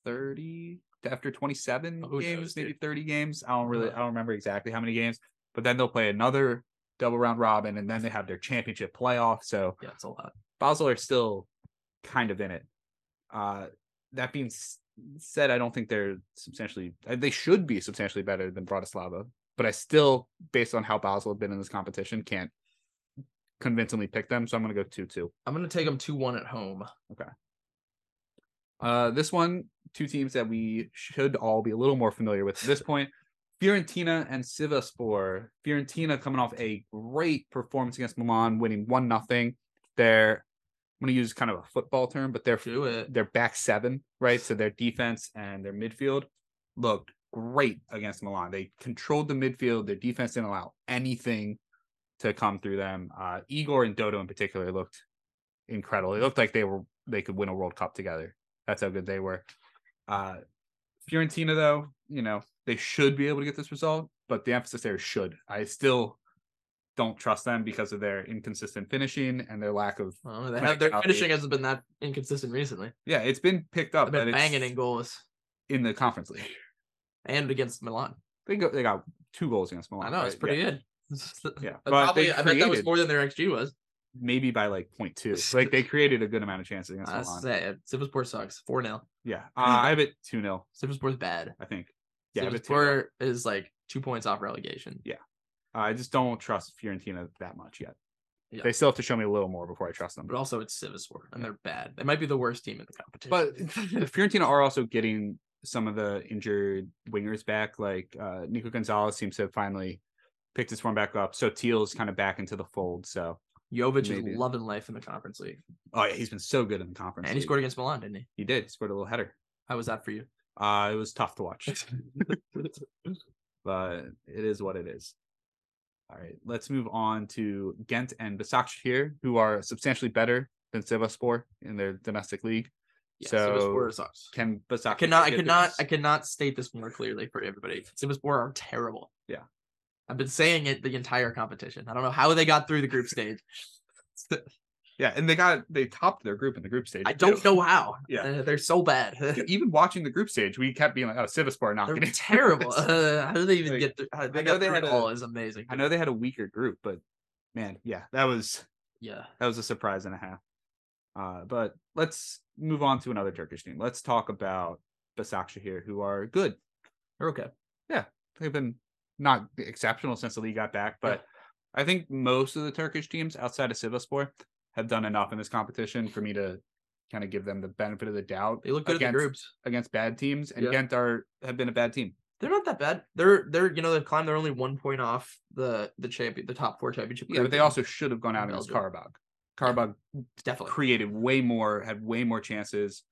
S2: 30 to after 27
S1: Oh, who
S2: games,
S1: knows,
S2: maybe
S1: dude?
S2: 30 games. I don't really,
S1: Uh-huh.
S2: I don't remember exactly how many games, but then they'll play another double round robin, and then they have their championship playoff. So
S1: Yeah, it's a lot.
S2: Basel are still kind of in it. Uh, that being s- said, I don't think they're substantially. uh, They should be substantially better than Bratislava, but I still, based on how Basel have been in this competition, can't convincingly pick them. So I'm going to go two-two.
S1: I'm going to take them 2 1 at home.
S2: Uh, this one, two teams that we should all be a little more familiar with at this point. Fiorentina and Sivaspor. Fiorentina coming off a great performance against Milan, winning one nothing. They're I'm going to use kind of a football term, but they're
S1: Do it.
S2: their back seven, right? So their defense and their midfield looked great against Milan. They controlled the midfield. Their defense didn't allow anything to come through them. Uh, Igor and Dodo in particular looked incredible. It looked like they were they could win a World Cup together. That's how good they were. Uh, Fiorentina, though, you know they should be able to get this result, but the emphasis there is should. I still don't trust them because of their inconsistent finishing and their lack of.
S1: I don't know, they have, their
S2: Mentality.
S1: finishing hasn't been that inconsistent recently.
S2: Yeah, it's been picked up.
S1: They've been
S2: Oh, that it's
S1: banging in goals
S2: in the Conference League.
S1: and against Milan.
S2: They go. They got two goals against Milan.
S1: I know, it's
S2: right?
S1: pretty
S2: Yeah.
S1: good. (laughs)
S2: Yeah,
S1: But
S2: but
S1: probably,
S2: they
S1: I bet that was
S2: created
S1: more than their XG was.
S2: maybe by like
S1: (laughs)
S2: point two. Like they created a good amount of chances against
S1: I
S2: Milan.
S1: say it. Sivaspor sucks. 4 0. (laughs)
S2: Yeah, uh, I have it two 0
S1: Sivaspor's bad.
S2: I think. Yeah, I have it 2-0.
S1: Sivaspor is like two points off relegation.
S2: I just don't trust Fiorentina that much yet.
S1: Yeah.
S2: They still have to show me a little more before I trust them.
S1: But also, it's Sivaspor, and they're bad. They might be the worst team in the competition.
S2: But
S1: (laughs)
S2: Fiorentina are also getting some of the injured wingers back. Like uh, Nico Gonzalez seems to have finally picked his form back up. So Teal's kind of back into the fold. So
S1: Jovic
S2: maybe.
S1: is loving life in the Conference League.
S2: oh yeah, he's been so good in the conference.
S1: And he
S2: league.
S1: scored against Milan, didn't he?
S2: He did. He scored a little header.
S1: How was that for
S2: (laughs)
S1: you? (laughs)
S2: Uh, it was tough to watch. but it is what it is. All right, let's move on to Ghent and Besiktas here, who are substantially better than Sivaspor in their domestic league.
S1: Yeah,
S2: So-
S1: Sivaspor sucks.
S2: Can
S1: I
S2: Besiktas?
S1: cannot, I
S2: get
S1: cannot,
S2: this?
S1: I cannot state this more clearly for everybody. Sivaspor are terrible.
S2: Yeah.
S1: I've been saying it the entire competition. I don't know how they got through the group stage.
S2: Yeah, and they got they topped their group in the group stage.
S1: I don't
S2: too.
S1: know how.
S2: Yeah.
S1: Uh, (laughs) they're so bad.
S2: Even watching the group stage, we kept being like, "Oh, Sivaspor are not
S1: they're
S2: getting (laughs)
S1: terrible. (laughs)
S2: this.
S1: Uh, how do they even
S2: Like,
S1: get? Through, how they
S2: know
S1: got
S2: they
S1: through
S2: had
S1: it
S2: a-
S1: all is amazing.
S2: I know they had a weaker group, but man, yeah, that was
S1: Yeah.
S2: that was a surprise and a half. Uh, but let's move on to another Turkish team. Let's talk about Besiktas here, who are good.
S1: They're okay.
S2: they've been not exceptional since the league got back, but I think most of the Turkish teams outside of Sivasspor have done enough in this competition for me to kind of give them the benefit of the doubt
S1: They look good
S2: against,
S1: at the groups.
S2: against bad teams. And
S1: Yeah.
S2: Ghent are have been a bad team.
S1: They're not that bad. They're they're you know they've climbed. They're only one point off the the champion, the top four championship.
S2: Yeah, but they
S1: crack.
S2: also should have gone out against Karabakh. Karabakh
S1: definitely
S2: created way more, had way more chances,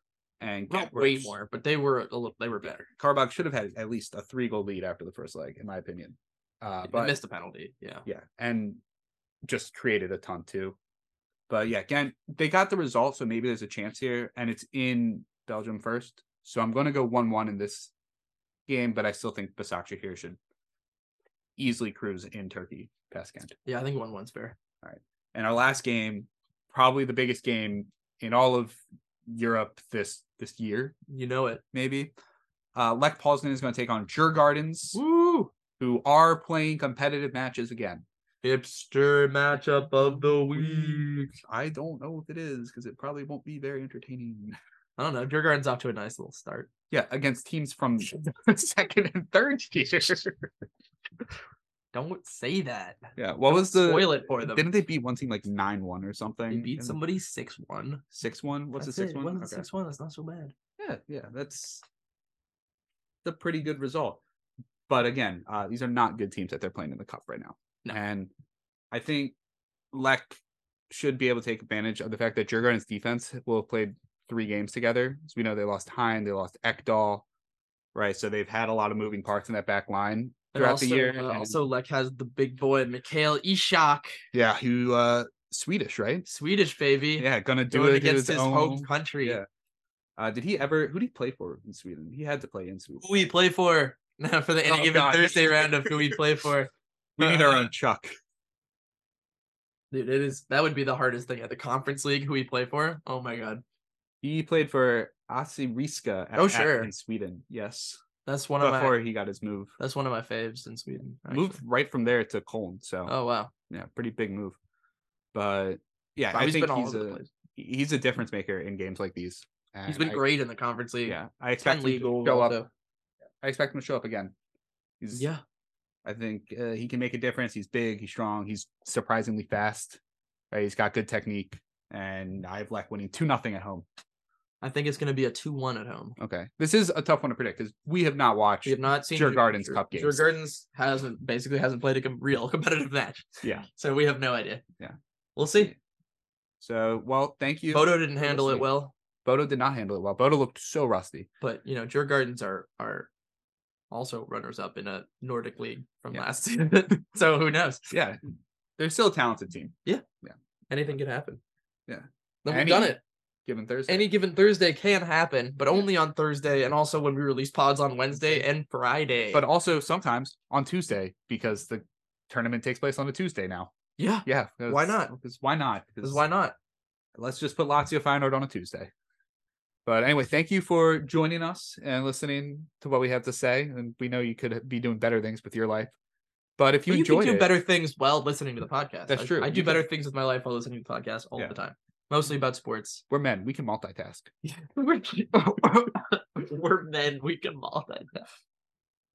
S2: and
S1: not
S2: Ghent were-
S1: way more, but they were a little, they were better.
S2: Karabakh should have had at least a three goal lead after the first leg, in my opinion. Uh,
S1: They
S2: but
S1: missed a penalty. Yeah.
S2: yeah, and just created a ton too. But yeah, again, they got the result, so maybe there's a chance here, and it's in Belgium first. So I'm going to go one-one in this game, but I still think Basakci here should easily cruise in Turkey past Ghent.
S1: Yeah, I think one one's fair.
S2: And our last game, probably the biggest game in all of Europe this this year,
S1: You know it.
S2: maybe. Uh, Lech Poznan is going to take on Jurgardens,
S1: Woo!
S2: who are playing competitive matches again.
S1: Hipster matchup of the
S2: week. I don't know if it is because it probably won't be very entertaining. (laughs)
S1: I don't know. Jurgarden's off to a nice little start.
S2: Yeah, against
S1: (laughs)
S2: teams from (laughs) second and third tier.
S1: Don't say that.
S2: Yeah, what was the?
S1: Spoil it for them.
S2: Didn't they beat one team like nine one or something?
S1: They beat somebody six one.
S2: six one. What's the
S1: That's
S2: six
S1: it.
S2: one?
S1: Wins Six one. That's not so bad.
S2: Yeah, yeah, that's the pretty good result. But again, uh, these are not good teams that they're playing in the cup right now,
S1: No.
S2: and I think Lech should be able to take advantage of the fact that Jurgen's defense will have played three games together. So we know they lost Hein, they lost Ekdal, right? So they've had a lot of moving parts in that back line
S1: And
S2: throughout
S1: also,
S2: the year.
S1: uh,
S2: and-
S1: also, Lech has the big boy Mikhail Ishak,
S2: yeah, who uh Swedish, right?
S1: Swedish baby,
S2: Yeah, gonna do
S1: going
S2: it
S1: against his
S2: own-
S1: home country.
S2: Yeah. Uh, did he ever? Who did he play for in Sweden? He had to play in Sweden.
S1: Who we play for (laughs) for the any
S2: Oh,
S1: given
S2: God.
S1: Thursday round of who we play
S2: (laughs)
S1: for?
S2: We need our own Chuck.
S1: Dude, it is that would be the hardest thing at the conference league. Who we play for? Oh my god,
S2: He played for Asiriska.
S1: Oh, sure.
S2: in Sweden. Yes,
S1: that's one of my
S2: before he got his move.
S1: that's one of my faves in Sweden.
S2: Moved right from there to Cologne. So
S1: actually. Oh wow,
S2: yeah, pretty big move. But yeah,
S1: Wow,
S2: I
S1: he's
S2: think
S1: been all
S2: he's
S1: over the
S2: a
S1: place.
S2: he's a difference maker in games like these.
S1: He's
S2: and
S1: been
S2: I-
S1: great in the conference league.
S2: Yeah, I expect
S1: ten
S2: him
S1: league
S2: to
S1: goals
S2: show up.
S1: also.
S2: I expect him to show up again. He's,
S1: Yeah,
S2: I think uh, he can make a difference. He's big. He's strong. He's surprisingly fast. Right? He's got good technique. And I have Lech winning two nothing at home.
S1: I think it's going to be a two-one at home.
S2: Okay, this is a tough one to predict because we have not watched.
S1: We have not seen
S2: Jurgen's
S1: Jurgen's-
S2: Cup games.
S1: Jurgen's hasn't basically hasn't played a com- real (laughs) competitive match,
S2: Yeah.
S1: (laughs) so we have no idea.
S2: Yeah.
S1: we'll see.
S2: So well, thank you.
S1: Bodo didn't
S2: for
S1: handle it
S2: listening.
S1: well,
S2: Bodo did not handle it well. Bodo looked so rusty.
S1: but you know, Jurgen's are are also runners up in a Nordic league from
S2: Yeah.
S1: last (laughs) season. so who knows?
S2: Yeah, they're still a talented team.
S1: Anything can happen.
S2: Yeah.
S1: Then
S2: Any-
S1: we've done it.
S2: Given Thursday,
S1: Any given Thursday can happen, but only on Thursday, and also when we release pods on Wednesday and Friday.
S2: but also sometimes on Tuesday because the tournament takes place on a Tuesday now.
S1: yeah,
S2: Yeah,
S1: Why
S2: that's-
S1: not?
S2: 'cause why not?
S1: because why not?
S2: let's just put Lazio Feyenoord on a Tuesday. But anyway, thank you for joining us and listening to what we have to say. And we know you could be doing better things with your life. But if you
S1: But
S2: enjoyed
S1: can do
S2: it,
S1: better things while listening to the podcast.
S2: That's
S1: I-
S2: true.
S1: I
S2: You
S1: do
S2: can-
S1: better things with my life while listening to the podcast all
S2: Yeah.
S1: the time, mostly about
S2: (laughs)
S1: sports.
S2: we're men. We can multitask.
S1: We're we're men. We can multitask.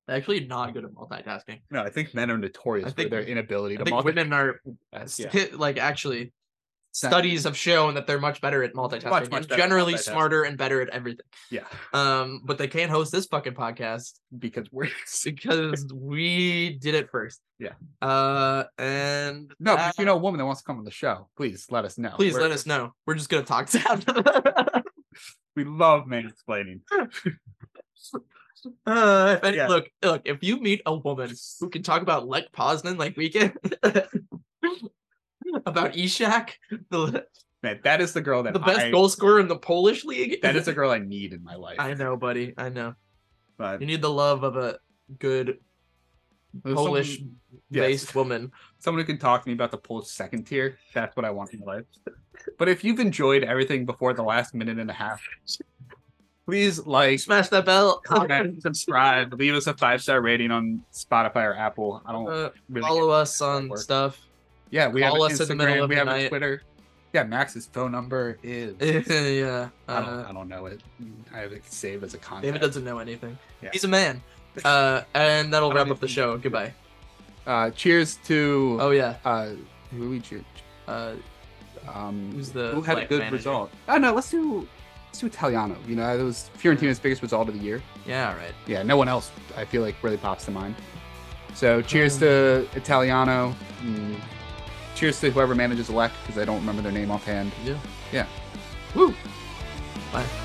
S1: Actually, not good at multitasking.
S2: No, I think men are notorious
S1: I think-
S2: for their inability
S1: I
S2: to
S1: think
S2: multitask.
S1: women are
S2: yeah.
S1: sti- like actually
S2: not-
S1: studies have shown that they're much better at multitasking.
S2: Much, much
S1: and
S2: better at
S1: generally
S2: multitasking.
S1: smarter and better at everything.
S2: yeah,
S1: Um, but they can't host this fucking podcast
S2: because we're (laughs)
S1: because we did it first.
S2: Yeah.
S1: Uh, and
S2: no. But if
S1: that-
S2: you know a woman that wants to come on the show, please let us know.
S1: Uh, please
S2: We're-
S1: let us know. We're just gonna talk (laughs) to
S2: We love mansplaining.
S1: Uh, if any,
S2: Yeah.
S1: Look, look. If you meet a woman who can talk about Lech Poznan like we can, (laughs) about Ishak, the
S2: Man, that is the girl that
S1: the best
S2: I,
S1: goal (laughs) scorer in the Polish league.
S2: That is a girl I need in my life.
S1: (laughs) I know, buddy. I know.
S2: but
S1: You need the love of a good
S2: there's
S1: Polish
S2: someone- yes.
S1: based woman.
S2: someone who can talk to me about the Polish second tier. That's what I want in my life. But if you've enjoyed everything before the last minute and a half, please like,
S1: Smash that bell.
S2: (laughs) comment, subscribe, leave us a five star rating on Spotify or Apple. I don't
S1: Uh,
S2: really.
S1: follow us on
S2: work.
S1: stuff. (laughs)
S2: yeah, we have
S1: follow
S2: an
S1: us in the
S2: Instagram,
S1: middle of
S2: we
S1: the
S2: have a
S1: night.
S2: Twitter. Yeah, Max's phone number is.
S1: yeah.
S2: I don't.
S1: Uh,
S2: I don't know it. I have it saved as a contact.
S1: David doesn't know anything.
S2: Yeah.
S1: He's a
S2: (laughs)
S1: man. Uh, and that'll
S2: I don't
S1: wrap up the
S2: even-
S1: show. Goodbye.
S2: Uh, cheers to.
S1: Oh yeah.
S2: Uh, who we cheer?
S1: Uh,
S2: Um,
S1: who's the
S2: who had a
S1: like,
S2: good
S1: manager?
S2: result? Oh no, let's do let's do Italiano. You know, that was Fiorentina's biggest result of the year.
S1: Yeah. All right.
S2: Yeah, no one else I feel like really pops to mind. So cheers
S1: Um,
S2: to Italiano. Mm. Cheers to whoever manages Elect because I don't remember their name offhand.
S1: Yeah.
S2: Yeah.
S1: Woo. Bye.